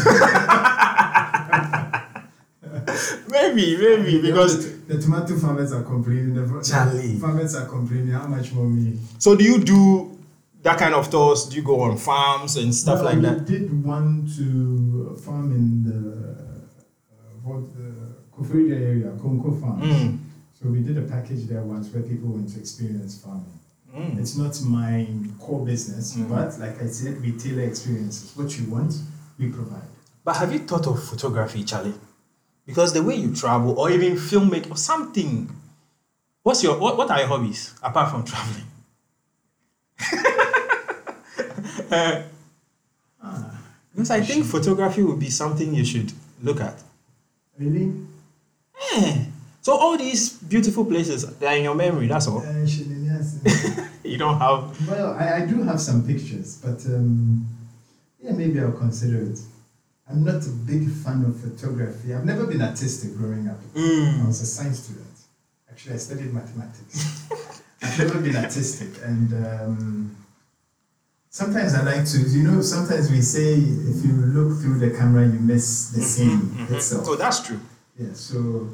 Speaker 1: Maybe, maybe because.
Speaker 2: the, tomato farmers are complaining. The, the
Speaker 1: Charlie.
Speaker 2: farmers are complaining. How much more me?
Speaker 1: So do you do that kind of tours? Do you go on farms and stuff like
Speaker 2: Well, we
Speaker 1: that?
Speaker 2: Did one to farm in the uh, what the Koforidua area, Konko farms.
Speaker 1: Mm.
Speaker 2: So we did a package there once where people went to experience farming.
Speaker 1: Mm.
Speaker 2: It's not my core business,
Speaker 1: Mm.
Speaker 2: but like I said, we tailor experiences. What you want, we provide.
Speaker 1: But have you thought of photography, Charlie? Because the way you travel, or even film it, or something. What's your what, what are your hobbies apart from traveling? Uh, Ah. because I think photography would be something you should look at.
Speaker 2: Really?
Speaker 1: Eh, So all these beautiful places they are in your memory. That's all.
Speaker 2: Uh, Shannon, yes.
Speaker 1: You don't have.
Speaker 2: Well, I, I do have some pictures, but um, yeah, maybe I'll consider it. I'm not a big fan of photography. I've never been artistic growing up. I was a science student. Actually, I studied mathematics. I've never been artistic, and um, sometimes I like to. You know, sometimes we say if you look through the camera, you miss the scene itself.
Speaker 1: Oh, that's true.
Speaker 2: Yeah, so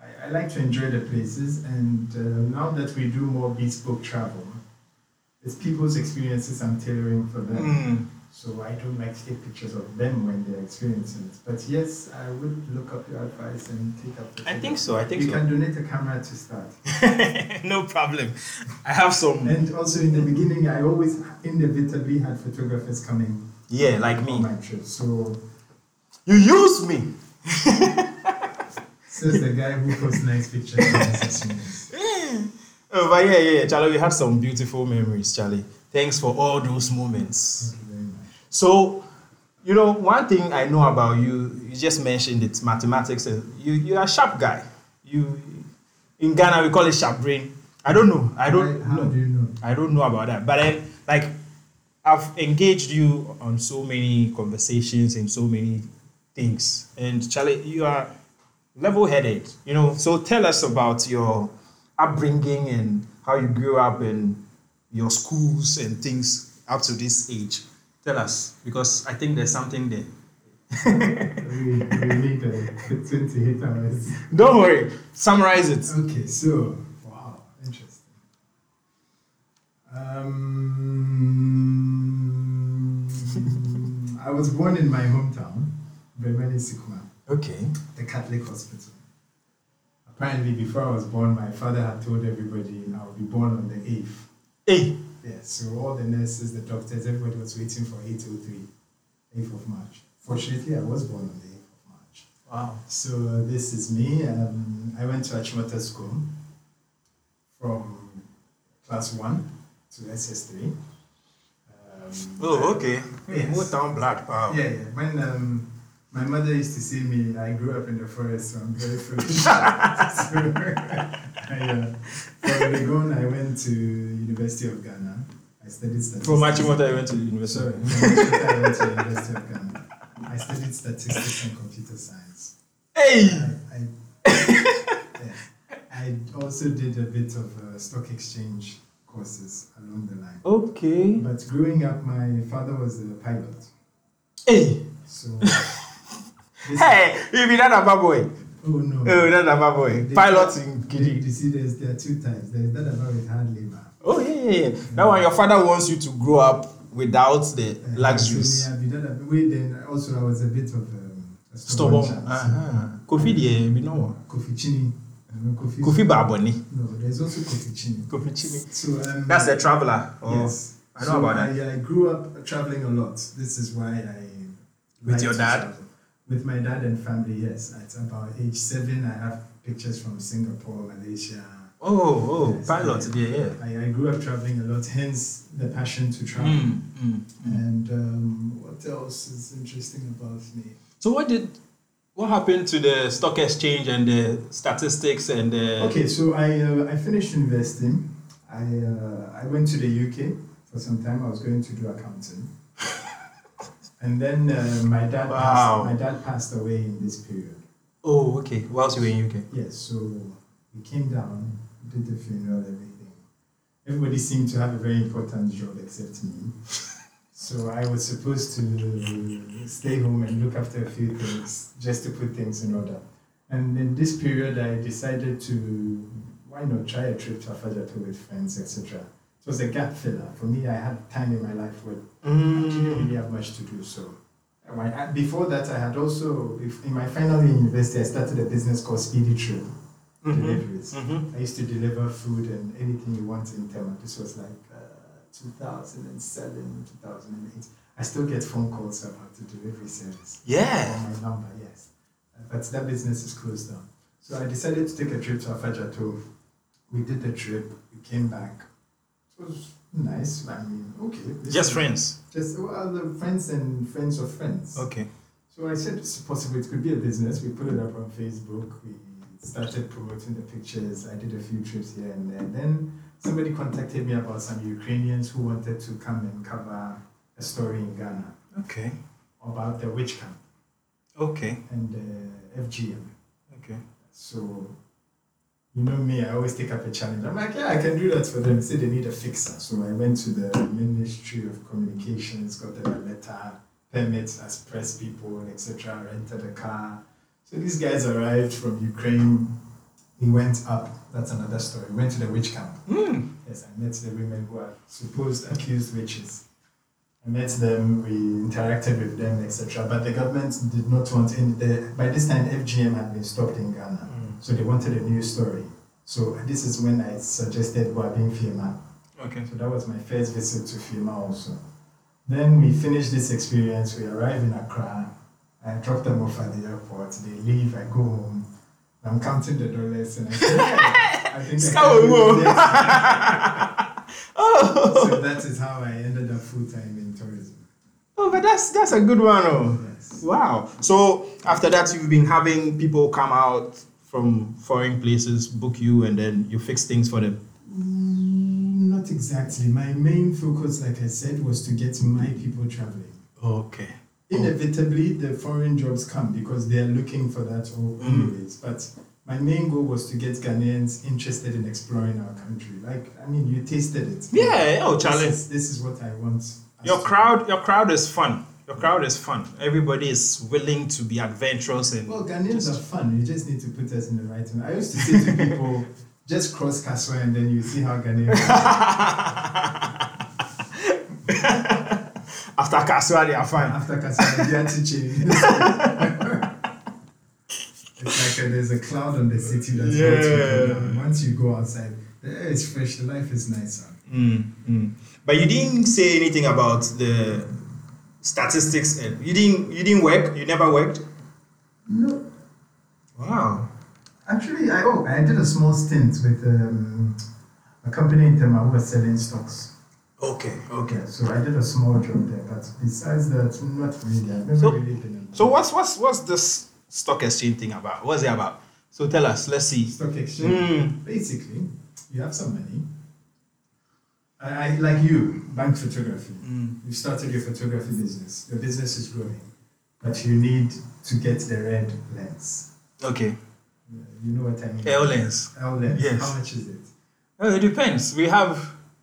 Speaker 2: I, I like to enjoy the places, and uh, now that we do more bespoke travel, it's people's experiences I'm tailoring for them.
Speaker 1: Mm.
Speaker 2: So I don't like to take pictures of them when they're experiencing it. But yes, I would look up your advice and take up. the
Speaker 1: I think so. I think
Speaker 2: You
Speaker 1: so.
Speaker 2: can donate a camera to start.
Speaker 1: no problem. I have some.
Speaker 2: and also in the beginning, I always inevitably had photographers coming
Speaker 1: Yeah, like me.
Speaker 2: on my trip. So
Speaker 1: You use me.
Speaker 2: says the guy who posts nice pictures. on his experience.
Speaker 1: Oh, but yeah, yeah, yeah, Charlie, we have some beautiful memories, Charlie. Thanks for all those moments.
Speaker 2: Thank you very much.
Speaker 1: So, you know, one thing I know about you, you just mentioned it's mathematics. and You, you're a sharp guy. You, in Ghana, we call it sharp brain. I don't know. I don't
Speaker 2: Why- How
Speaker 1: know.
Speaker 2: do you know?
Speaker 1: I don't know about that. But then, like, I've engaged you on so many conversations and so many things. And Charlie, you are level headed, you know. So tell us about your upbringing and how you grew up and your schools and things. up to this age? Tell us, because I think there's something there.
Speaker 2: we, we need uh, 28 hours.
Speaker 1: Don't worry, summarize it.
Speaker 2: Okay, so wow, interesting. Um, I was born in my hometown, Bremeni Sikuma,
Speaker 1: Okay.
Speaker 2: the Catholic hospital. Apparently, before I was born, my father had told everybody I would be born on the 8th.
Speaker 1: Hey,
Speaker 2: Yeah, so all the nurses, the doctors, everybody was waiting for 803, 8th of March. Fortunately, I was born on the 8th of March.
Speaker 1: wow.
Speaker 2: So uh, this is me. Um, I went to Achimota School from class one to SS3. Um,
Speaker 1: Oh, okay.
Speaker 2: Yes.
Speaker 1: Go down black, wow.
Speaker 2: Um, Yeah, yeah. When um, my mother used to see me, I grew up in the forest, so I'm very privileged. so I, uh, from Legon, I went to University of Ghana. I studied statistics.
Speaker 1: From Achimota, I went to
Speaker 2: Sorry,
Speaker 1: university.
Speaker 2: from Achimota, I went to University of Ghana. I studied statistics and computer science.
Speaker 1: Hey!
Speaker 2: I, yeah. I also did a bit of uh, stock exchange courses along the line.
Speaker 1: Okay.
Speaker 2: But growing up, my father was a pilot.
Speaker 1: Hey!
Speaker 2: So. this-
Speaker 1: Hey! You be that Abba boy.
Speaker 2: Oh no.
Speaker 1: Oh, that Abba boy.
Speaker 2: They-
Speaker 1: Pilot in
Speaker 2: You,
Speaker 1: Gidi.
Speaker 2: you see, there's, there are two types. There's that about with hard labor.
Speaker 1: Oh, yeah, yeah, yeah. That one, your father wants you to grow up without the
Speaker 2: Uh,
Speaker 1: luxuries.
Speaker 2: So, yeah, that about way then. Also, I was a bit of um, a stubborn.
Speaker 1: Stubborn.
Speaker 2: child, so-
Speaker 1: Uh-huh. Kofi, there, you know.
Speaker 2: Kofi Chini. I know Kofi.
Speaker 1: Kofi Baboni.
Speaker 2: No, there's also Kofi Chini.
Speaker 1: Kofi Chini.
Speaker 2: So um,
Speaker 1: That's the traveler. Oh,
Speaker 2: Yes.
Speaker 1: I know about that.
Speaker 2: I, I grew up traveling a lot. This is why I.
Speaker 1: With
Speaker 2: like
Speaker 1: your
Speaker 2: to
Speaker 1: dad?
Speaker 2: travel. With my dad and family, yes. At about age seven, I have pictures from Singapore, Malaysia.
Speaker 1: Oh, oh,
Speaker 2: Yes,
Speaker 1: pilot.
Speaker 2: yeah.
Speaker 1: Yeah, yeah.
Speaker 2: I, I grew up traveling a lot, hence the passion to travel.
Speaker 1: Mm, mm, mm.
Speaker 2: And um, what else is interesting about me?
Speaker 1: So what did what happened to the stock exchange and the statistics and the
Speaker 2: Okay, so I, uh, I finished university. I, uh, I went to the UK for some time. I was going to do accounting. and then uh, my, dad
Speaker 1: Wow.
Speaker 2: passed, my dad passed away in this period.
Speaker 1: Oh, okay. Whilst you were in UK.
Speaker 2: Yes, so we came down, did the funeral, everything. Everybody seemed to have a very important job except me. So I was supposed to stay home and look after a few things just to put things in order. And in this period, I decided to why not try a trip to Afajato with friends, etc. It was a gap filler for me. I had time in my life where I didn't really have much to do. So And I- I- before that, I had also bef- in my final year in university, I started a business called Speedy Trail Deliveries.
Speaker 1: Mhm.
Speaker 2: I used to deliver food and anything you want in Tema. This was like uh, 2007, 2008. I still get phone calls about the delivery service.
Speaker 1: Yeah.
Speaker 2: On my number, yes. Uh, But that business is closed down. So I decided to take a trip to Afajato. We did the trip, we came back. It was nice. I mean, okay. this
Speaker 1: Just
Speaker 2: is-
Speaker 1: friends.
Speaker 2: Just well, uh, the friends and friends of friends.
Speaker 1: Okay.
Speaker 2: So I said it's possible it could be a business. We put it up on Facebook. We started promoting the pictures. I did a few trips here and there. Then somebody contacted me about some Ukrainians who wanted to come and cover a story in Ghana
Speaker 1: Okay.
Speaker 2: about the witch camp
Speaker 1: Okay.
Speaker 2: and uh, FGM.
Speaker 1: Okay.
Speaker 2: So you know me, I always take up a challenge. I'm like, yeah, I can do that for them. Say they need a fixer. So I went to the Ministry of Communications, got them a letter, permits as press people, etc. Rented a car. So these guys arrived from Ukraine. We went up. That's another story. We went to the witch camp. Yes, I met the women who are supposed accused witches. I met them, we interacted with them, etc. But the government did not want any. The, by this time, FGM had been stopped in Ghana, so they wanted a new story. So this is when I suggested Wabin Fima.
Speaker 1: Okay.
Speaker 2: So that was my first visit to Fima also. Then we finished this experience. We arrive in Accra. I drop them off at the airport. They leave. I go home. I'm counting the dollars and I say, "Yeah, I think I can do this."
Speaker 1: oh,
Speaker 2: so that is how I ended up full time in tourism.
Speaker 1: oh, but that's that's a good one. Oh.
Speaker 2: Yes.
Speaker 1: Wow. So after that, you've been having people come out from foreign places, book you, and then you fix things for them.
Speaker 2: Mm, Not exactly. My main focus, like I said, was to get my people traveling.
Speaker 1: Okay.
Speaker 2: Inevitably, the foreign jobs come because they are looking for that
Speaker 1: Mm.
Speaker 2: o- anyways. But my main goal was to get Ghanaians interested in exploring our country. Like, I mean, you tasted it.
Speaker 1: Yeah. Oh,
Speaker 2: This
Speaker 1: challenge.
Speaker 2: is, this is what I want
Speaker 1: Your crowd, your crowd is fun. Your crowd is fun. Everybody is willing to be adventurous and
Speaker 2: Well, Ghanaians are fun. You just need to put us in the right one. I used to say to people, just cross Kaswa and then you see how Ghanaians.
Speaker 1: after Kaswa they are fine.
Speaker 2: After Kaswa, they are teaching. you. it's like a, there's a cloud on the city that's yeah.
Speaker 1: Yeah.
Speaker 2: Once you go outside, the air is fresh. The life is nicer.
Speaker 1: Mm, mm. But you didn't say anything about the statistics. and- You didn't. You didn't work. You never worked.
Speaker 2: No,
Speaker 1: Wow.
Speaker 2: Actually, I oh, I did a small stint with um, a company in Tema who was selling stocks.
Speaker 1: Okay.
Speaker 2: Yeah, so I did a small job there, but besides that, not really. I've never
Speaker 1: So-
Speaker 2: really been.
Speaker 1: So what's what's what's this stock exchange thing about? What's it about? So tell us. Let's see.
Speaker 2: stock exchange.
Speaker 1: Mm.
Speaker 2: Basically, you have some money. I, I like you, bank photography.
Speaker 1: Mm.
Speaker 2: You've started your photography business. Your business is growing, but you need to get the red lens.
Speaker 1: Okay.
Speaker 2: Yeah, You know what I mean?
Speaker 1: L lens.
Speaker 2: L lens.
Speaker 1: Yes.
Speaker 2: How much is it?
Speaker 1: Oh, it depends. We have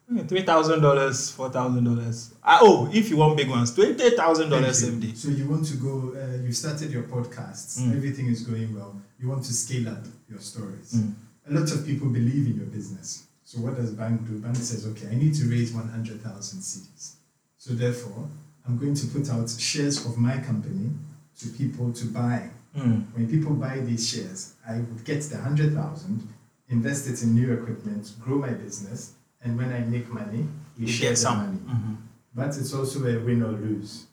Speaker 1: hmm, three thousand dollars, four thousand dollars. Oh, if you want big ones, twenty thousand dollars a
Speaker 2: Thank you.
Speaker 1: day.
Speaker 2: So you want to go? Uh, you started your podcasts.
Speaker 1: Mm.
Speaker 2: Everything is going well. You want to scale up your stories.
Speaker 1: Mm.
Speaker 2: A lot of people believe in your business. So what does bank do? Bank says, okay, I need to raise one hundred thousand CDs. So therefore, I'm going to put out shares of my company to people to buy.
Speaker 1: Mm.
Speaker 2: When people buy these shares, I would get the hundred thousand, invest it in new equipment, grow my business, and when I make money, we
Speaker 1: You
Speaker 2: share
Speaker 1: get
Speaker 2: the
Speaker 1: some.
Speaker 2: money
Speaker 1: Mhm.
Speaker 2: but it's also a win or lose.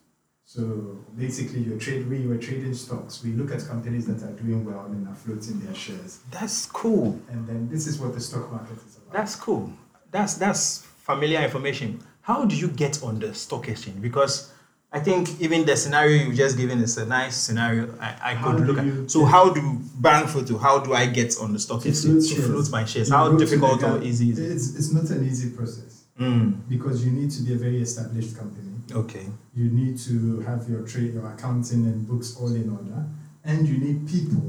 Speaker 2: So basically, you trade. We were trading stocks. We look at companies that are doing well and are floating their shares,
Speaker 1: That's cool.
Speaker 2: and then this is what the stock market is about.
Speaker 1: That's cool. That's that's familiar information. How do you get on the stock exchange? Because I think even the scenario you've just given is a nice scenario I, I
Speaker 2: How
Speaker 1: could
Speaker 2: do
Speaker 1: look
Speaker 2: you
Speaker 1: at. So how do bank photo? How do I get on the stock
Speaker 2: To
Speaker 1: exchange to
Speaker 2: float shares.
Speaker 1: float my shares?
Speaker 2: You
Speaker 1: How
Speaker 2: go to the
Speaker 1: difficult or
Speaker 2: gov-
Speaker 1: easy is it?
Speaker 2: It's it's not an easy process
Speaker 1: Mm,
Speaker 2: because you need to be a very established company.
Speaker 1: okay.
Speaker 2: You need to have your trade, your accounting, and books all in order, and you need people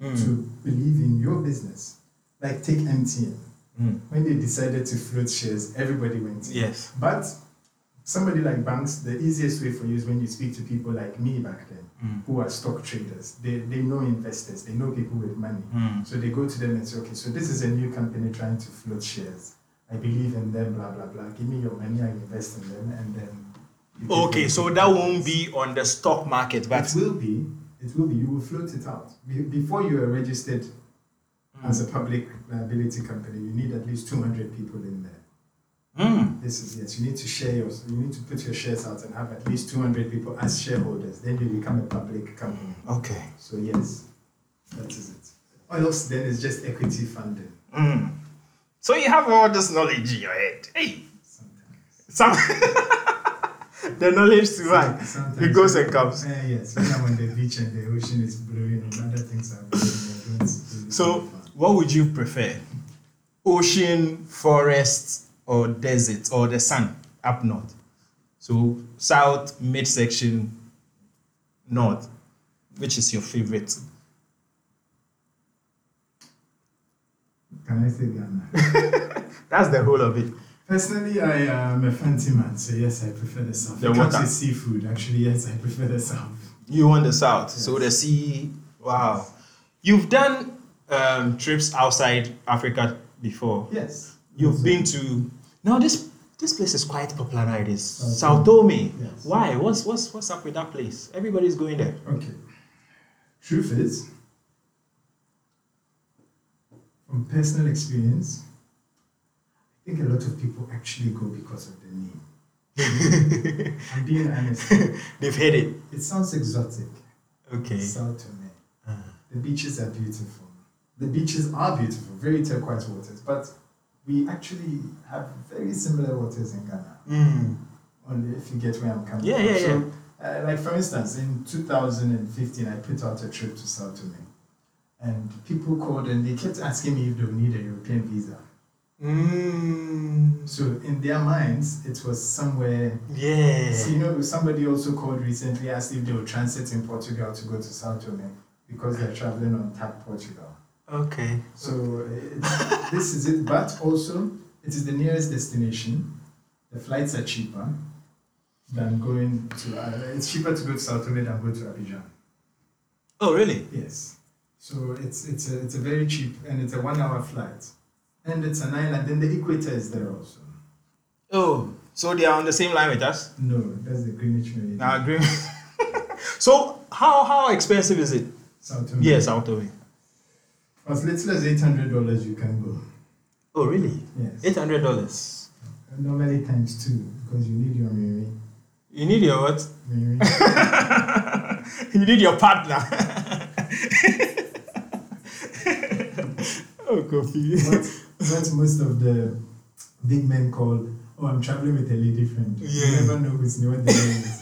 Speaker 1: Mm,
Speaker 2: to believe in your business. Like take MTN.
Speaker 1: mm.
Speaker 2: When they decided to float shares, everybody went in.
Speaker 1: Yes.
Speaker 2: But somebody like banks, the easiest way for you is when you speak to people like me back then,
Speaker 1: Mm,
Speaker 2: who are stock traders. They, they know investors, they know people with money.
Speaker 1: mm,
Speaker 2: So they go to them and say, okay, so this is a new company trying to float shares. I believe in them, blah, blah, blah. Give me your money, I invest in them, and then. you take
Speaker 1: Okay.
Speaker 2: them.
Speaker 1: So that won't be on the stock market, but
Speaker 2: It will be. It will be. You will float it out. Be- Before you are registered
Speaker 1: Hmm.
Speaker 2: as a public liability company, you need at least 200 people in there.
Speaker 1: Mm,
Speaker 2: This is yes. You need to share your. You need to put your shares out and have at least two hundred people as shareholders. Then you become a public company.
Speaker 1: okay.
Speaker 2: So yes, that is it. Or else then it's just equity funding.
Speaker 1: Mm. So you have all this knowledge in your head. Hey.
Speaker 2: Sometimes.
Speaker 1: Some the knowledge survives.
Speaker 2: Sometimes.
Speaker 1: It goes and comes.
Speaker 2: Eh, yes. When I'm on the beach and the ocean is blowing and other things are blowing, I don't. really
Speaker 1: So,
Speaker 2: have fun.
Speaker 1: what would you prefer? Ocean, forest, or desert, or the sun up north? So, south, midsection, north. Which is your favorite?
Speaker 2: Can I say Ghana?
Speaker 1: That's the whole of it.
Speaker 2: Personally, I am a fancy man, so yes, I prefer the south.
Speaker 1: The
Speaker 2: When it comes
Speaker 1: water.
Speaker 2: to seafood, actually, yes, I prefer the south.
Speaker 1: You want the south, so
Speaker 2: Yes.
Speaker 1: the sea. Wow. You've done um, trips outside Africa before.
Speaker 2: Yes.
Speaker 1: You've been to no this this place is quite popular nowadays. Sao
Speaker 2: Sao
Speaker 1: Tome.
Speaker 2: Uh, Yes.
Speaker 1: Why? What's what's what's up with that place? Everybody's going there.
Speaker 2: Okay. Truth is, from personal experience, I think a lot of people actually go because of the name. I'm being honest.
Speaker 1: They've heard it.
Speaker 2: It sounds exotic.
Speaker 1: Okay.
Speaker 2: Sao Tome.
Speaker 1: Ah.
Speaker 2: The beaches are beautiful. The beaches are beautiful, very turquoise waters, but we actually have very similar waters in Ghana.
Speaker 1: Mm.
Speaker 2: Only if you get where I'm coming
Speaker 1: Yeah,
Speaker 2: from.
Speaker 1: yeah,
Speaker 2: so, Uh, like for instance, in 2015, I put out a trip to Sao Tome, and people called and they kept asking me if they would need a European visa.
Speaker 1: Mm.
Speaker 2: So in their minds, it was somewhere. So,
Speaker 1: Yeah.
Speaker 2: you know, somebody also called recently asked if they would transit in Portugal to go to Sao Tome because they're traveling on TAP Portugal.
Speaker 1: Okay.
Speaker 2: So it's, this is it, but also it is the nearest destination. The flights are cheaper. than going to. Uh, it's cheaper to go to Sao Tome than go to Abidjan.
Speaker 1: Oh, really?
Speaker 2: Yes. So it's it's a, it's a very cheap and it's a one hour flight, and it's an island. Then the equator is there also.
Speaker 1: Oh, so they are on the same line with us?
Speaker 2: No, that's the Greenwich Meridian.
Speaker 1: Now, agree. so, how how expensive is it?
Speaker 2: Sao Tome.
Speaker 1: Yes, out of it.
Speaker 2: As little as eight hundred dollars, you can go.
Speaker 1: Oh, really?
Speaker 2: Yes.
Speaker 1: Eight hundred dollars.
Speaker 2: Normally times two because you need your Mary.
Speaker 1: You need your what?
Speaker 2: Mary.
Speaker 1: you need your partner. oh, coffee.
Speaker 2: what, what most of the big men call, oh, I'm traveling with a lady friend.
Speaker 1: Yeah.
Speaker 2: You never know who's what the name is.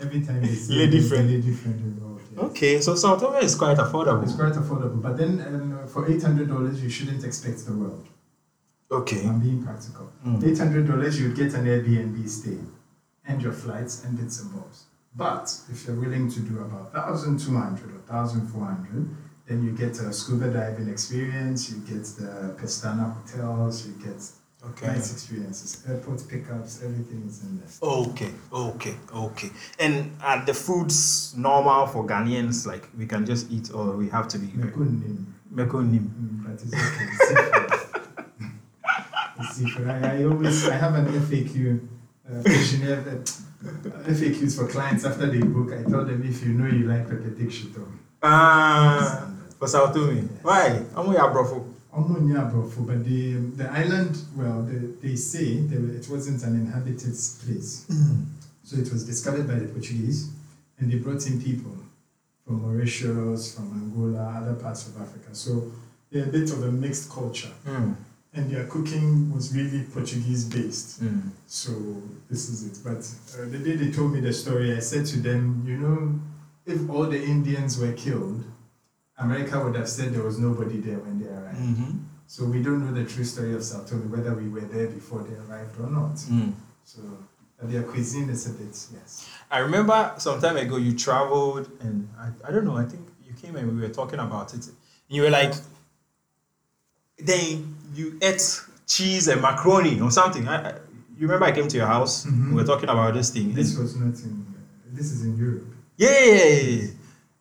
Speaker 2: Every time they say
Speaker 1: Lady
Speaker 2: there's a
Speaker 1: friend.
Speaker 2: lady friend involved. yes.
Speaker 1: Okay, so Sao Tome is quite affordable.
Speaker 2: It's quite affordable, but then um, for eight hundred dollars, you shouldn't expect the world.
Speaker 1: Okay.
Speaker 2: I'm being practical.
Speaker 1: Mm.
Speaker 2: Eight hundred dollars, you'd get an Airbnb stay, and your flights and bits and bobs. But if you're willing to do about thousand two hundred or thousand four hundred, then you get a scuba diving experience. You get the Pestana hotels. You get
Speaker 1: Okay.
Speaker 2: Nice experiences, airport pickups, everything is in there.
Speaker 1: Okay, okay, okay. And are the foods normal for Ghanaians? Like we can just eat, or we have to be
Speaker 2: I couldn't name,
Speaker 1: mekonim.
Speaker 2: mm, but it's okay. It's seafood. it's seafood. I, I always I have an FAQ uh, questionnaire that uh, FAQs for clients after they book. I tell them if you know you like pepper, take shit on.
Speaker 1: Ah, for Sao Tome. Why? I'm your brofo.
Speaker 2: Omunyabrofu, but the the island, well, they, they say they, were- it wasn't an inhabited place, so it was discovered by the Portuguese, and they brought in people from Mauritius, from Angola, other parts of Africa. So they're a bit of a mixed culture,
Speaker 1: Mm.
Speaker 2: and their cooking was really Portuguese based.
Speaker 1: Mm.
Speaker 2: So this is it. But uh, the day they told me the story, I said to them, you know, if all the Indians were killed, America would have said there was nobody there when they arrived.
Speaker 1: Mm-hmm.
Speaker 2: So we don't know the true story of Sao Tome, whether we were there before they arrived or not.
Speaker 1: Mm.
Speaker 2: So uh, their cuisine is a bit, yes.
Speaker 1: I remember some time ago you traveled, and I, I don't know. I think you came and we were talking about it. You were like, then you ate cheese and macaroni or something. I, I, you remember I came to your house. We were talking about this thing.
Speaker 2: This was not in, uh, this is in Europe.
Speaker 1: Yeah,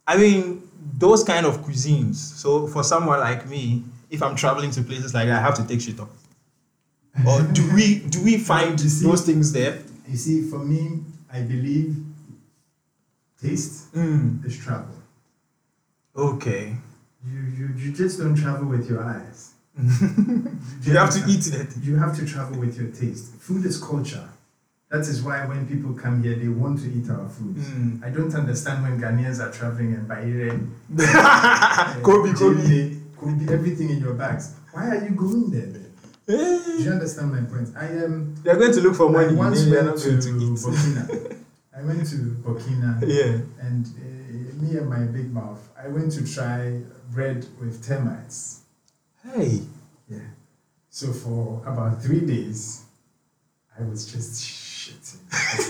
Speaker 1: I mean those kind of cuisines. So for someone like me, if I'm traveling to places like that, I have to take shit off. Or do we do we find
Speaker 2: You see?
Speaker 1: those things there?
Speaker 2: You see, for me, I believe taste
Speaker 1: Mm,
Speaker 2: is travel.
Speaker 1: okay.
Speaker 2: You, you, you just don't travel with your eyes.
Speaker 1: You have to eat that.
Speaker 2: You have to travel with your taste. Food is culture. That is why when people come here, they want to eat our food.
Speaker 1: Mm.
Speaker 2: I don't understand when Ghanaians are traveling and Bahrain
Speaker 1: Kobe, Kobe.
Speaker 2: Jimmy, Kobe, everything in your bags. Why are you going there? Then? Do
Speaker 1: Eh,
Speaker 2: you understand my point? I am.
Speaker 1: They're going to look for
Speaker 2: I
Speaker 1: money.
Speaker 2: once
Speaker 1: Once they're
Speaker 2: went
Speaker 1: not
Speaker 2: to
Speaker 1: going to eat.
Speaker 2: Burkina. I went to Burkina,
Speaker 1: Yeah.
Speaker 2: and uh, me and my big mouth, I went to try bread with termites.
Speaker 1: Hey.
Speaker 2: Yeah. So for about three days, I was just shitting. As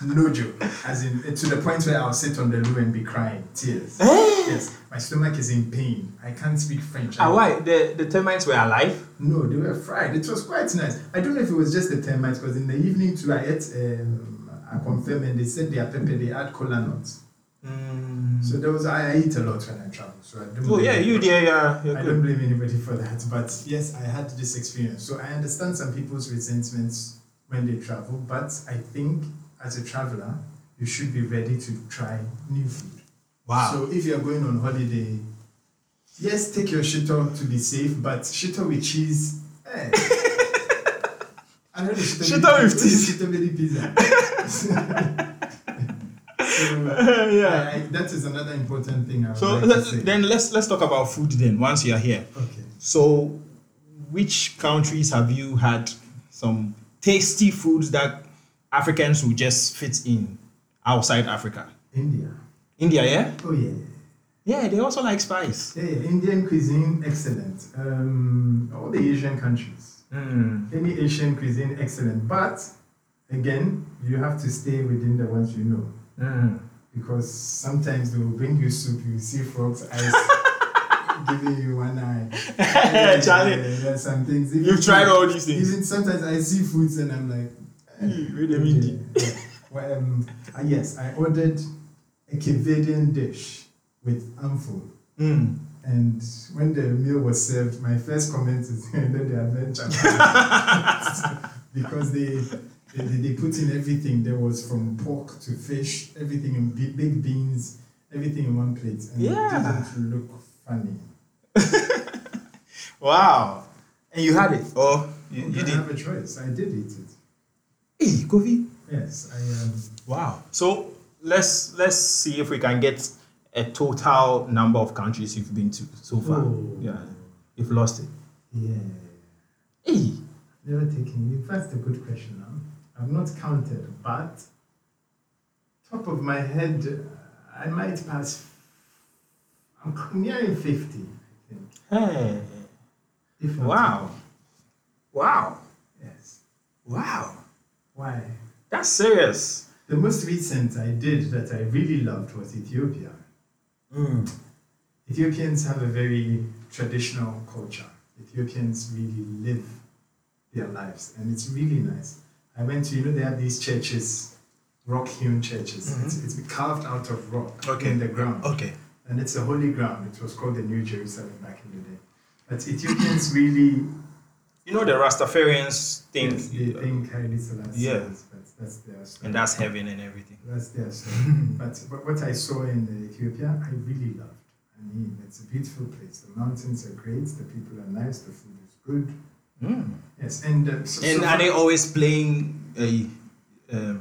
Speaker 2: in- no joke. As in, to the point where I'll sit on the loo and be crying tears.
Speaker 1: Eh?
Speaker 2: Yes, my stomach is in pain. I can't speak French.
Speaker 1: Ah, why? The the termites were alive.
Speaker 2: No, they were fried. It was quite nice. I don't know if it was just the termites because in the evening too, I ate um, a confirm and they said they are pepper. They add cola nuts.
Speaker 1: Mm.
Speaker 2: So there was I, I eat a lot when I travel. So I don't.
Speaker 1: Oh
Speaker 2: blame
Speaker 1: yeah, you
Speaker 2: anybody.
Speaker 1: there? Yeah, you're
Speaker 2: I
Speaker 1: good.
Speaker 2: don't blame anybody for that. But yes, I had this experience. So I understand some people's resentments when they travel. But I think as a traveler, you should be ready to try new food. So if you're going on holiday, yes, take your shito to be safe, but shito with cheese, eh. I know the
Speaker 1: Shito with
Speaker 2: pizza-
Speaker 1: cheese.
Speaker 2: Shito with pizza. so,
Speaker 1: yeah.
Speaker 2: I, I, that is another important thing I would
Speaker 1: So
Speaker 2: like to
Speaker 1: let's,
Speaker 2: say.
Speaker 1: then let's let's talk about food then once you are here.
Speaker 2: okay.
Speaker 1: So which countries have you had some tasty foods that Africans will just fit in outside Africa?
Speaker 2: India.
Speaker 1: India, yeah?
Speaker 2: Oh yeah.
Speaker 1: Yeah, they also like spice.
Speaker 2: Yeah, yeah. Indian cuisine, excellent. Um, all the Asian countries.
Speaker 1: Hmm,
Speaker 2: Any Asian cuisine, excellent. But again, you have to stay within the ones you know.
Speaker 1: hmm.
Speaker 2: because sometimes they will bring you soup, you see frogs eyes giving you one eye.
Speaker 1: Charlie,
Speaker 2: yeah, yeah, some things.
Speaker 1: You've tried all these things.
Speaker 2: Even sometimes I see foods and I'm like, "Eh,
Speaker 1: Wait a minute.
Speaker 2: Yeah. Well, um, uh, yes, I ordered a Kivadian dish with amphor.
Speaker 1: Mm.
Speaker 2: And when the meal was served, my first comment is "Then the adventure. because they, they they they put in everything. There was from pork to fish, everything in big, big beans, everything in one plate. And
Speaker 1: Yeah.
Speaker 2: it didn't look funny.
Speaker 1: Wow. And you had it? Oh, you,
Speaker 2: I
Speaker 1: you
Speaker 2: didn't
Speaker 1: did?
Speaker 2: have a choice. I did eat it.
Speaker 1: Hey, Kofi.
Speaker 2: Yes, I um,
Speaker 1: Wow. So let's let's see if we can get a total number of countries you've been to so far.
Speaker 2: Oh.
Speaker 1: Yeah. You've lost it.
Speaker 2: yeah.
Speaker 1: Hey.
Speaker 2: Never taken you. That's a good question now. I've not counted, but top of my head, I might pass. I'm c- nearing 50, I think.
Speaker 1: Hey.
Speaker 2: If not,
Speaker 1: Wow. Wow.
Speaker 2: Yes.
Speaker 1: Wow.
Speaker 2: Why?
Speaker 1: That's serious.
Speaker 2: The most recent I did that I really loved was Ethiopia.
Speaker 1: Mm.
Speaker 2: Ethiopians have a very traditional culture. Ethiopians really live their lives, and it's really nice. I went to, you know, they have these churches, rock hewn churches. It's, it's carved out of rock
Speaker 1: Mm-hmm. Okay.
Speaker 2: in the ground,
Speaker 1: Okay.
Speaker 2: and it's a holy ground. It was called the New Jerusalem back in the day. But Ethiopians really
Speaker 1: You know the Rastafarians think,
Speaker 2: yes, they think highly Selassie
Speaker 1: Yeah.
Speaker 2: is, but that's their story.
Speaker 1: and that's heaven and everything.
Speaker 2: That's their story. but what what I saw in Ethiopia, I really loved. I mean, it's a beautiful place. The mountains are great. The people are nice. The food is good.
Speaker 1: Mm.
Speaker 2: Yes, and uh, so,
Speaker 1: And
Speaker 2: so
Speaker 1: are they always playing a um,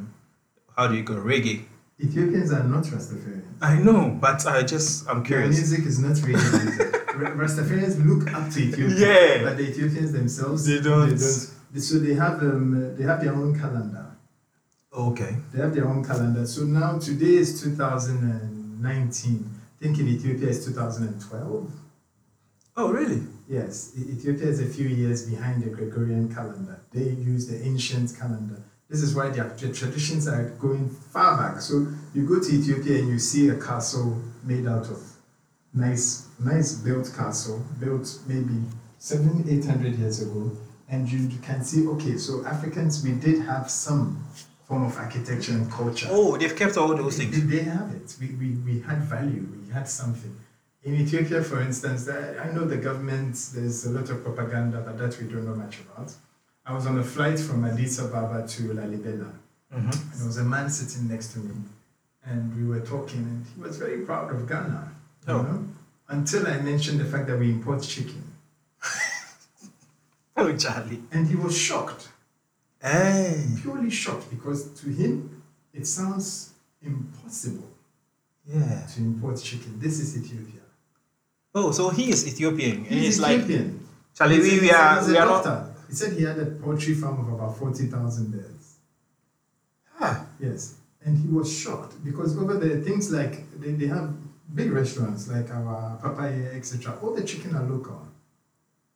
Speaker 1: how do you call reggae?
Speaker 2: Ethiopians are not Rastafarian.
Speaker 1: I know, but I just I'm
Speaker 2: Their
Speaker 1: curious.
Speaker 2: music is not really music. Ra- Rastafarians look up to Ethiopia,
Speaker 1: Yeah.
Speaker 2: but the Ethiopians themselves
Speaker 1: They don't.
Speaker 2: they- So they have um, they have their own calendar.
Speaker 1: Okay.
Speaker 2: They have their own calendar. So now today is 2019. I think in Ethiopia it's 2012.
Speaker 1: Oh really?
Speaker 2: Yes, E- Ethiopia is a few years behind the Gregorian calendar. They use the ancient calendar. This is why their tra- traditions are going far back. So you go to Ethiopia and you see a castle made out of nice, nice built castle, built maybe seven, eight hundred years ago, and you can see okay, so Africans we did have some form of architecture and culture.
Speaker 1: Oh, they've kept all those
Speaker 2: They,
Speaker 1: things.
Speaker 2: they have it. We, we, we had value. We had something. In Ethiopia, for instance, the- I know the government, there's a lot of propaganda, but that we don't know much about. I was on a flight from Addis Ababa to Lalibela,
Speaker 1: Mhm.
Speaker 2: and there was a man sitting next to me, and we were talking, and he was very proud of Ghana. You
Speaker 1: Oh.
Speaker 2: know? Until I mentioned the fact that we import chicken.
Speaker 1: Oh Charlie.
Speaker 2: And he was shocked,
Speaker 1: Hey.
Speaker 2: purely shocked, because to him, it sounds impossible
Speaker 1: Yeah.
Speaker 2: to import chicken. This is Ethiopia.
Speaker 1: Oh, so he is Ethiopian, and
Speaker 2: He's
Speaker 1: it's like
Speaker 2: Ethiopian.
Speaker 1: Charlie.
Speaker 2: He
Speaker 1: We,
Speaker 2: said-
Speaker 1: we
Speaker 2: he said
Speaker 1: are
Speaker 2: he's a
Speaker 1: we are not.
Speaker 2: doctor. He said he had a poultry farm of about 40,000 birds.
Speaker 1: Ah,
Speaker 2: Yes. And he was shocked because over there, things like they, they have big restaurants like our Papaya, etc. All the chicken are local.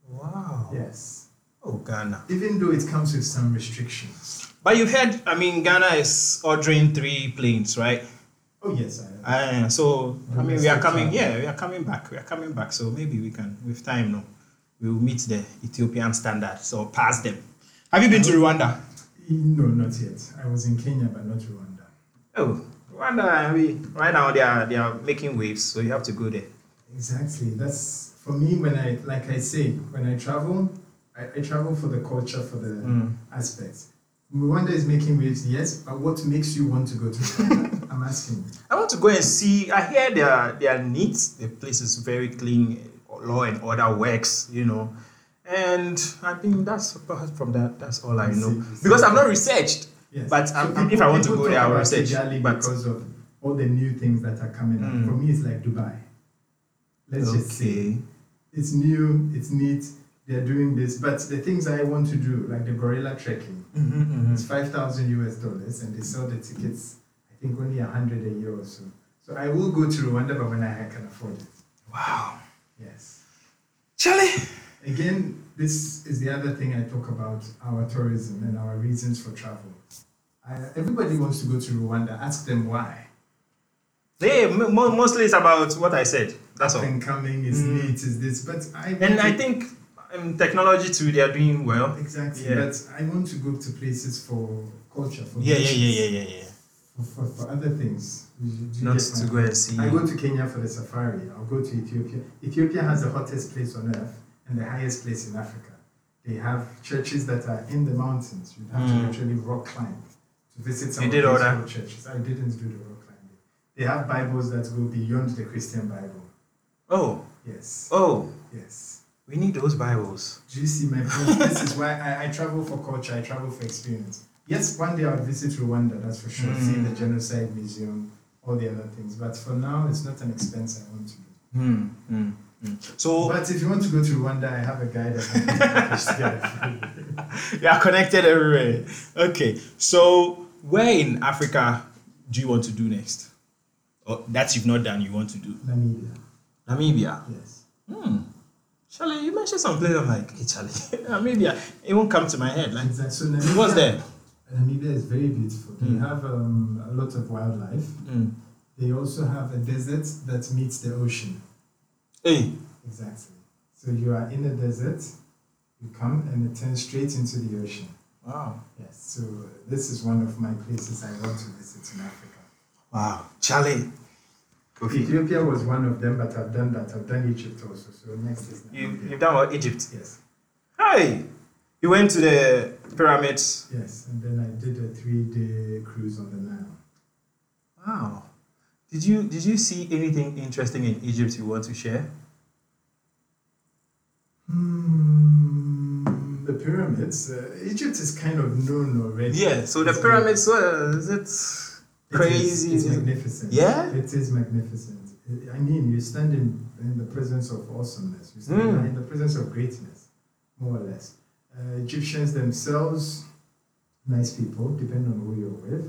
Speaker 1: wow.
Speaker 2: Yes.
Speaker 1: Oh Ghana.
Speaker 2: Even though it comes with some restrictions.
Speaker 1: But you heard, I mean, Ghana is ordering three planes, right?
Speaker 2: Oh, yes, I
Speaker 1: Uh, so I mean, we are
Speaker 2: Domestic
Speaker 1: coming.
Speaker 2: travel.
Speaker 1: Yeah, we are coming back. We are coming back. So maybe we can, with time, no, we will meet the Ethiopian standards or pass them. Have you been to Rwanda?
Speaker 2: No, not yet. I was in Kenya, but not Rwanda.
Speaker 1: Oh, Rwanda. I mean, right now they are they are making waves, so you have to go there.
Speaker 2: Exactly. That's for me when I like I say when I travel, I, I travel for the culture for the
Speaker 1: Mm.
Speaker 2: aspects. Rwanda is making waves, yes, but what makes you want to go to Rwanda? I'm asking. you.
Speaker 1: I want to go and see. I hear they are they are neat. The place is very clean. Law and order works, you know. And I think that's apart from that. That's all I
Speaker 2: I see,
Speaker 1: know
Speaker 2: I see.
Speaker 1: because I've not researched.
Speaker 2: Yes.
Speaker 1: But
Speaker 2: So
Speaker 1: I'm,
Speaker 2: people-
Speaker 1: if I want to
Speaker 2: people
Speaker 1: go there,
Speaker 2: talk
Speaker 1: I'll
Speaker 2: about
Speaker 1: research.
Speaker 2: Kigali
Speaker 1: But
Speaker 2: because of all the new things that are coming up.
Speaker 1: Mm.
Speaker 2: For me, it's like Dubai. Let's just say
Speaker 1: okay.
Speaker 2: it's new, it's neat. They're doing this, but the things I want to do, like the gorilla trekking,
Speaker 1: Mhm, mhm.
Speaker 2: It's five thousand US dollars, and they sell the tickets. I think only a hundred a year or so. So I will go to Rwanda, but when I can afford it.
Speaker 1: Wow,
Speaker 2: Yes.
Speaker 1: Charlie.
Speaker 2: Again, this is the other thing I talk about our tourism and our reasons for travel. I, everybody wants to go to Rwanda. Ask them why.
Speaker 1: Yeah, m- mo- mostly it's about what I said. That's all.
Speaker 2: And coming is
Speaker 1: Mm.
Speaker 2: neat is this, but I want
Speaker 1: And I
Speaker 2: to-
Speaker 1: think um, technology too, they are doing well.
Speaker 2: exactly.
Speaker 1: Yeah.
Speaker 2: But I want to go to places for culture for
Speaker 1: Yeah, yeah,
Speaker 2: nations,
Speaker 1: yeah, yeah, yeah, yeah.
Speaker 2: For, for, for other things. You- you- you
Speaker 1: Not
Speaker 2: get my
Speaker 1: to go and see.
Speaker 2: I go to Kenya for the safari. I'll go to Ethiopia. Ethiopia has the hottest place on earth and the highest place in Africa. They have churches that are in the mountains. You have
Speaker 1: Mm.
Speaker 2: to literally rock climb to visit some
Speaker 1: You
Speaker 2: of
Speaker 1: did
Speaker 2: these
Speaker 1: all that?
Speaker 2: old churches. I didn't do the rock climbing. They have Bibles that go beyond the Christian Bible.
Speaker 1: Oh,
Speaker 2: Yes,
Speaker 1: oh,
Speaker 2: yes.
Speaker 1: we need those Bibles.
Speaker 2: Do you see my point? this is why I, I travel for culture. I travel for experience. Yes, one day I'll visit Rwanda. That's for sure. See the
Speaker 1: Mm.
Speaker 2: genocide museum, all the other things. But for now, it's not an expense I want to do.
Speaker 1: Hmm. hmm, hmm. So
Speaker 2: But if you want to go to Rwanda, I have a guide that can take you there.
Speaker 1: they are connected everywhere. Okay. So where in Africa do you want to do next? Or that you've not done, you want to do
Speaker 2: Namibia,
Speaker 1: Namibia.
Speaker 2: yes.
Speaker 1: Hmm. Charlie, you mentioned some place. I'm like, hey, Charlie, Namibia. It won't come to my head. Like,
Speaker 2: Exactly. So
Speaker 1: it
Speaker 2: Namibia,
Speaker 1: was there.
Speaker 2: Namibia is very beautiful. They
Speaker 1: Mm.
Speaker 2: have um, a lot of wildlife.
Speaker 1: Hmm.
Speaker 2: They also have a desert that meets the ocean.
Speaker 1: Hey.
Speaker 2: Exactly. So you are in a desert, you come and it turns straight into the ocean.
Speaker 1: Wow.
Speaker 2: Yes. So this is one of my places I want to visit in Africa.
Speaker 1: Wow. Charlie.
Speaker 2: Ethiopia was one of them, but I've done that. I've done Egypt also. So next is
Speaker 1: You,
Speaker 2: Namibia.
Speaker 1: you've done what? Egypt.
Speaker 2: Yes.
Speaker 1: Hi. You went to the pyramids.
Speaker 2: Yes, and then I did a three day cruise on the Nile.
Speaker 1: Wow. Did you did you see anything interesting in Egypt you want to share?
Speaker 2: Hmm, the pyramids. Uh, Egypt is kind of known already.
Speaker 1: Yeah, so the
Speaker 2: It's
Speaker 1: pyramids were is it
Speaker 2: It is-
Speaker 1: crazy?
Speaker 2: It's magnificent.
Speaker 1: Yeah?
Speaker 2: It is magnificent. I- I mean, you stand in, in the presence of awesomeness, you stand
Speaker 1: Mm.
Speaker 2: in the presence of greatness, more or less. Uh, Egyptians themselves, nice people, depending on who you're with.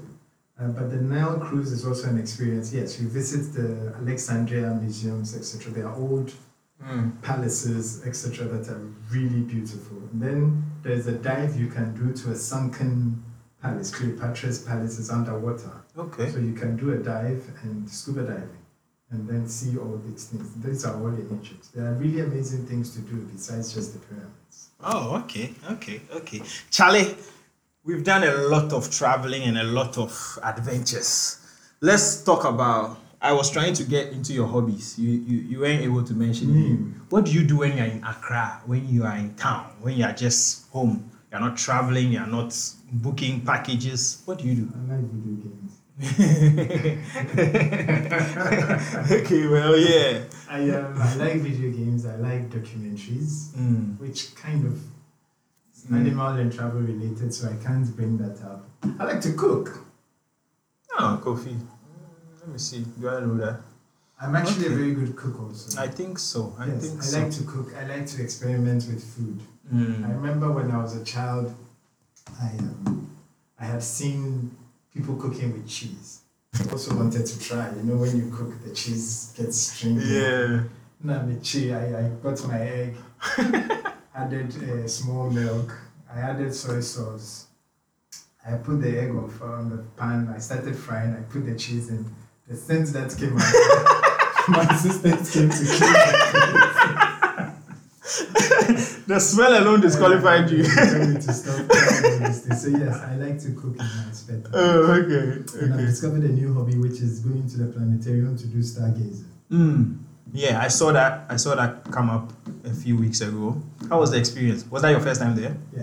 Speaker 2: Uh, but the Nile cruise is also an experience. Yes, you visit the Alexandria museums, etc. They are old
Speaker 1: Mm.
Speaker 2: palaces, etc., that are really beautiful. And then there's a dive you can do to a sunken palace. Cleopatra's palace is underwater.
Speaker 1: Okay.
Speaker 2: So you can do a dive and scuba diving and then see all these things. These are all in Egypt. There are really amazing things to do besides just the pyramids.
Speaker 1: Oh, okay, okay, okay. Charlie, we've done a lot of traveling and a lot of adventures. Let's talk about I was trying to get into your hobbies. You you, you weren't able to mention
Speaker 2: Mm.
Speaker 1: it. What do you do when you're in Accra, when you are in town, when you are just home? You're not traveling, you're not booking packages. What do you do?
Speaker 2: I like video games.
Speaker 1: okay, well, yeah.
Speaker 2: I, um, I like video games. I like documentaries,
Speaker 1: Hmm.
Speaker 2: which kind of is animal and travel related, so I can't bring that up. I like to cook.
Speaker 1: Oh, coffee. Mm, Let me see. Do I know that?
Speaker 2: I'm actually
Speaker 1: Okay.
Speaker 2: a very good cook also.
Speaker 1: I think so. I
Speaker 2: yes,
Speaker 1: think
Speaker 2: I
Speaker 1: so.
Speaker 2: like to cook. I like to experiment with food. I
Speaker 1: Mm.
Speaker 2: remember when I was a child, I um, I had seen people cooking with cheese. I also wanted to try. You know, when you cook, the cheese gets stringy.
Speaker 1: Yeah.
Speaker 2: Now I'm a chi- I, I got my egg, added uh, small milk. I added soy sauce. I put the egg on, on the pan. I started frying. I put the cheese in. The scent that came out. my assistant came to kill
Speaker 1: The smell alone disqualified you.
Speaker 2: They tell me to stop doing all these things. So yes, I like to cook in my spare time.
Speaker 1: Oh, okay.
Speaker 2: And I've
Speaker 1: Okay.
Speaker 2: discovered a new hobby, which is going to the planetarium to do stargazing.
Speaker 1: Mm. Yeah, I saw that. I saw that come up a few weeks ago. How was the experience? Was that your first time there?
Speaker 2: Yeah,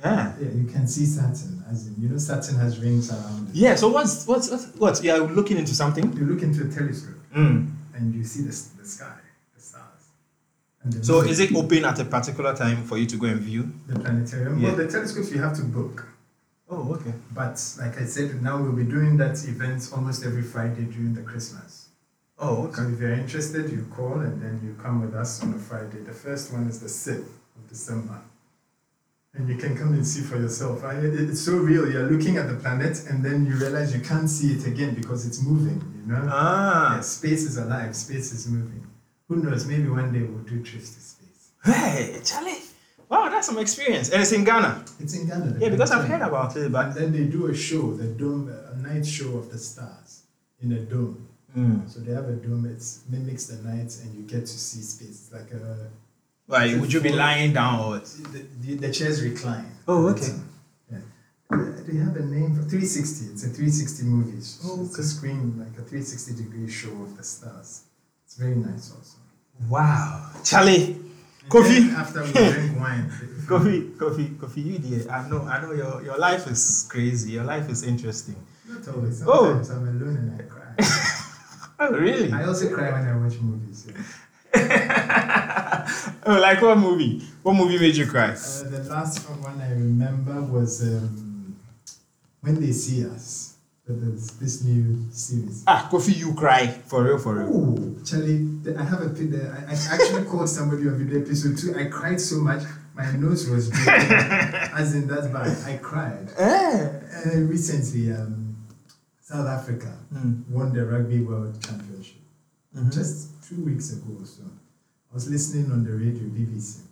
Speaker 1: Yeah.
Speaker 2: yeah, you can see Saturn, as in you know Saturn has rings around it.
Speaker 1: Yeah. So what's what's what's what? Yeah, looking into something.
Speaker 2: You look into a telescope
Speaker 1: Mm.
Speaker 2: and you see the, s- the sky, the stars. And the
Speaker 1: So
Speaker 2: moon.
Speaker 1: is it open at a particular time for you to go and view?
Speaker 2: the planetarium?
Speaker 1: Yeah.
Speaker 2: Well, the telescopes you have to book.
Speaker 1: Oh, okay.
Speaker 2: But like I said, now we'll be doing that event almost every Friday during the Christmas.
Speaker 1: Oh,
Speaker 2: So if you're interested, you call and then you come with us on a Friday. The first one is the 6th of December. And you can come and see for yourself. I, it- it's so real. You're looking at the planet and then you realize you can't see it again because it's moving, you know?
Speaker 1: Ah.
Speaker 2: Yeah, space is alive, space is moving. Who knows? Maybe one day we'll do trips to space.
Speaker 1: Hey, Charlie. Wow, that's some experience. And it's in Ghana.
Speaker 2: It's in Ghana. the
Speaker 1: Yeah, because I've heard
Speaker 2: planet.
Speaker 1: about it,
Speaker 2: And
Speaker 1: but.
Speaker 2: then they do a show, the dome, a night show of the stars in a dome.
Speaker 1: Mm.
Speaker 2: So they have a dome, it mimics the night, and you get to see space. It's like uh, a,
Speaker 1: Why, would you be lying down or what?
Speaker 2: the, the, the chairs recline.
Speaker 1: Oh, okay.
Speaker 2: Yeah. they have a name for 360. It's a 360 movie. It's,
Speaker 1: Oh,
Speaker 2: it's
Speaker 1: okay.
Speaker 2: a screen, like a 360 degree show of the stars. It's very nice also.
Speaker 1: Wow. Charlie.
Speaker 2: And
Speaker 1: Coffee.
Speaker 2: then After we drink wine.
Speaker 1: Coffee, coffee, coffee, you dear. I know, I know your, your life is crazy. Your life is interesting.
Speaker 2: Not always.
Speaker 1: Oh.
Speaker 2: Sometimes I'm alone and I cry.
Speaker 1: Oh, really?
Speaker 2: I also cry when I watch movies. Yeah.
Speaker 1: oh, like what movie? What movie made you cry?
Speaker 2: Uh, the last one I remember was um, When They See Us. That is This new series.
Speaker 1: Ah, Coffee, you cry. For real, for real.
Speaker 2: Ooh, Charlie, the, I have a pi- the, I, I actually called somebody on video episode two. I cried so much, my nose was dripping, as in that bad. I cried.
Speaker 1: Eh.
Speaker 2: Uh, recently, um, South Africa
Speaker 1: Mm.
Speaker 2: won the Rugby World Championship
Speaker 1: Mhm.
Speaker 2: just two weeks ago or so. I was listening on the radio, BBC,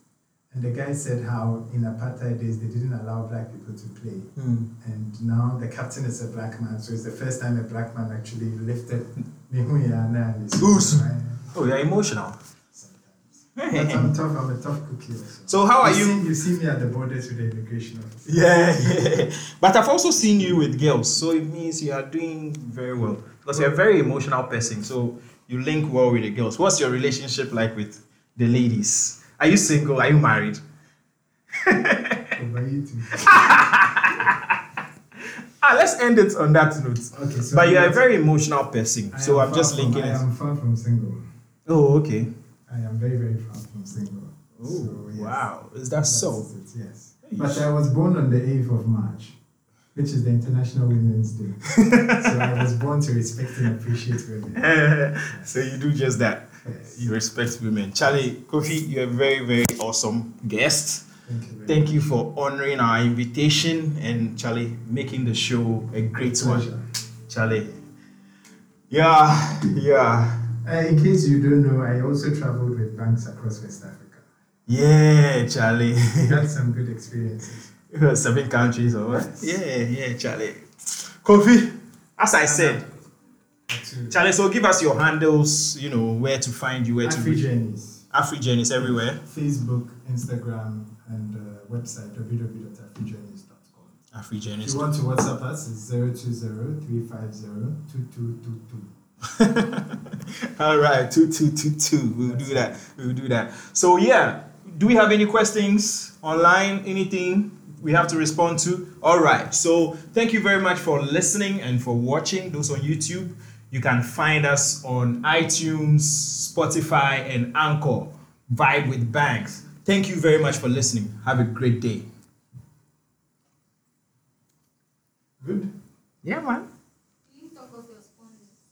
Speaker 2: and the guy said how in apartheid days they didn't allow black people to play.
Speaker 1: Mm.
Speaker 2: And now the captain is a black man, so it's the first time a black man actually lifted Mihuya and his-
Speaker 1: Goose. Oh, you're emotional.
Speaker 2: Sometimes. But I'm tough, I'm a tough cookie also.
Speaker 1: So how are
Speaker 2: you?
Speaker 1: you-
Speaker 2: See, you see me at the borders with the immigration officer.
Speaker 1: Yeah, yeah. But I've also seen you with girls, so it means you are doing very well because you're a very emotional person. So you link well with the girls. What's your relationship like with the ladies? Are you single? Are you married?
Speaker 2: Over Oh, you too.
Speaker 1: Ah, let's end it on that note.
Speaker 2: Okay, so
Speaker 1: but you are a
Speaker 2: yes,
Speaker 1: very emotional person,
Speaker 2: I
Speaker 1: so
Speaker 2: am
Speaker 1: I'm just
Speaker 2: far from-
Speaker 1: linking
Speaker 2: I
Speaker 1: it.
Speaker 2: am far from single.
Speaker 1: Oh, okay.
Speaker 2: I am very, very far from single.
Speaker 1: Oh,
Speaker 2: So, yes.
Speaker 1: wow. Is that so?
Speaker 2: That's it, yes.
Speaker 1: Hey.
Speaker 2: But I was born on the 8th of March, which is the International Women's Day. so I was born to respect and appreciate women.
Speaker 1: so you do just that.
Speaker 2: Yes.
Speaker 1: You respect women. Charlie, Kofi, you're a very, very awesome guest.
Speaker 2: Thank you very
Speaker 1: Thank you for honoring our invitation and Charlie making the show a great one.
Speaker 2: Pleasure.
Speaker 1: Charlie. Yeah, yeah.
Speaker 2: Uh, in case you don't know, I also traveled with banks across West Africa.
Speaker 1: Yeah, Charlie.
Speaker 2: We had some good experiences.
Speaker 1: Seven countries or what? Yeah, yeah, Charlie. Kofi, as I said,
Speaker 2: To
Speaker 1: Charlie, so give us your handles, you know, where to find you, where to
Speaker 2: Afri
Speaker 1: reach.
Speaker 2: Journeys,
Speaker 1: Afrigen is everywhere.
Speaker 2: Facebook, Instagram, and uh, website www.afrijourneys.com.
Speaker 1: Afrigen
Speaker 2: If
Speaker 1: is.
Speaker 2: you want to WhatsApp us, it's 020-350-2222.
Speaker 1: All right, two, two, two, two. We'll do that. We'll do that. So yeah, do we have any questions online? Anything we have to respond to? All right. So thank you very much for listening and for watching. Those on YouTube, you can find us on iTunes, Spotify, and Anchor. Vibe with Banks. Thank you very much for listening. Have a great day.
Speaker 2: Good?
Speaker 1: Yeah, man.
Speaker 3: Please talk of your sponsors.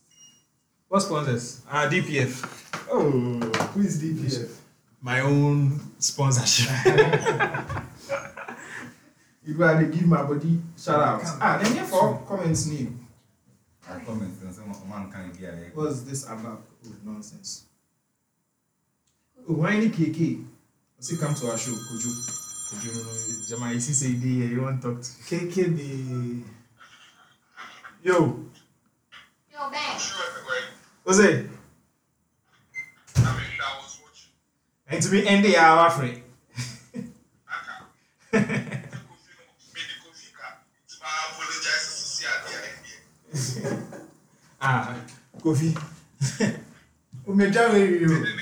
Speaker 1: What sponsors? Uh, DPF.
Speaker 2: Oh, who is DPF?
Speaker 1: My own sponsorship.
Speaker 4: If I dey give my body shout out.
Speaker 2: Come.
Speaker 4: Ah, dem hear for comments ni.
Speaker 5: I comment on someone one can be a
Speaker 4: What's this about? Oh, nonsense. Oh, why any KK? Say come to our show, Kojo. Kojo, no, no, Jama, you see say dey here, you wan talk to. KK be. Yo,
Speaker 3: Your bag.
Speaker 4: what's it? And to be end the hour, friend. Ah, Kofi.
Speaker 1: Ah,
Speaker 2: Umeja where you?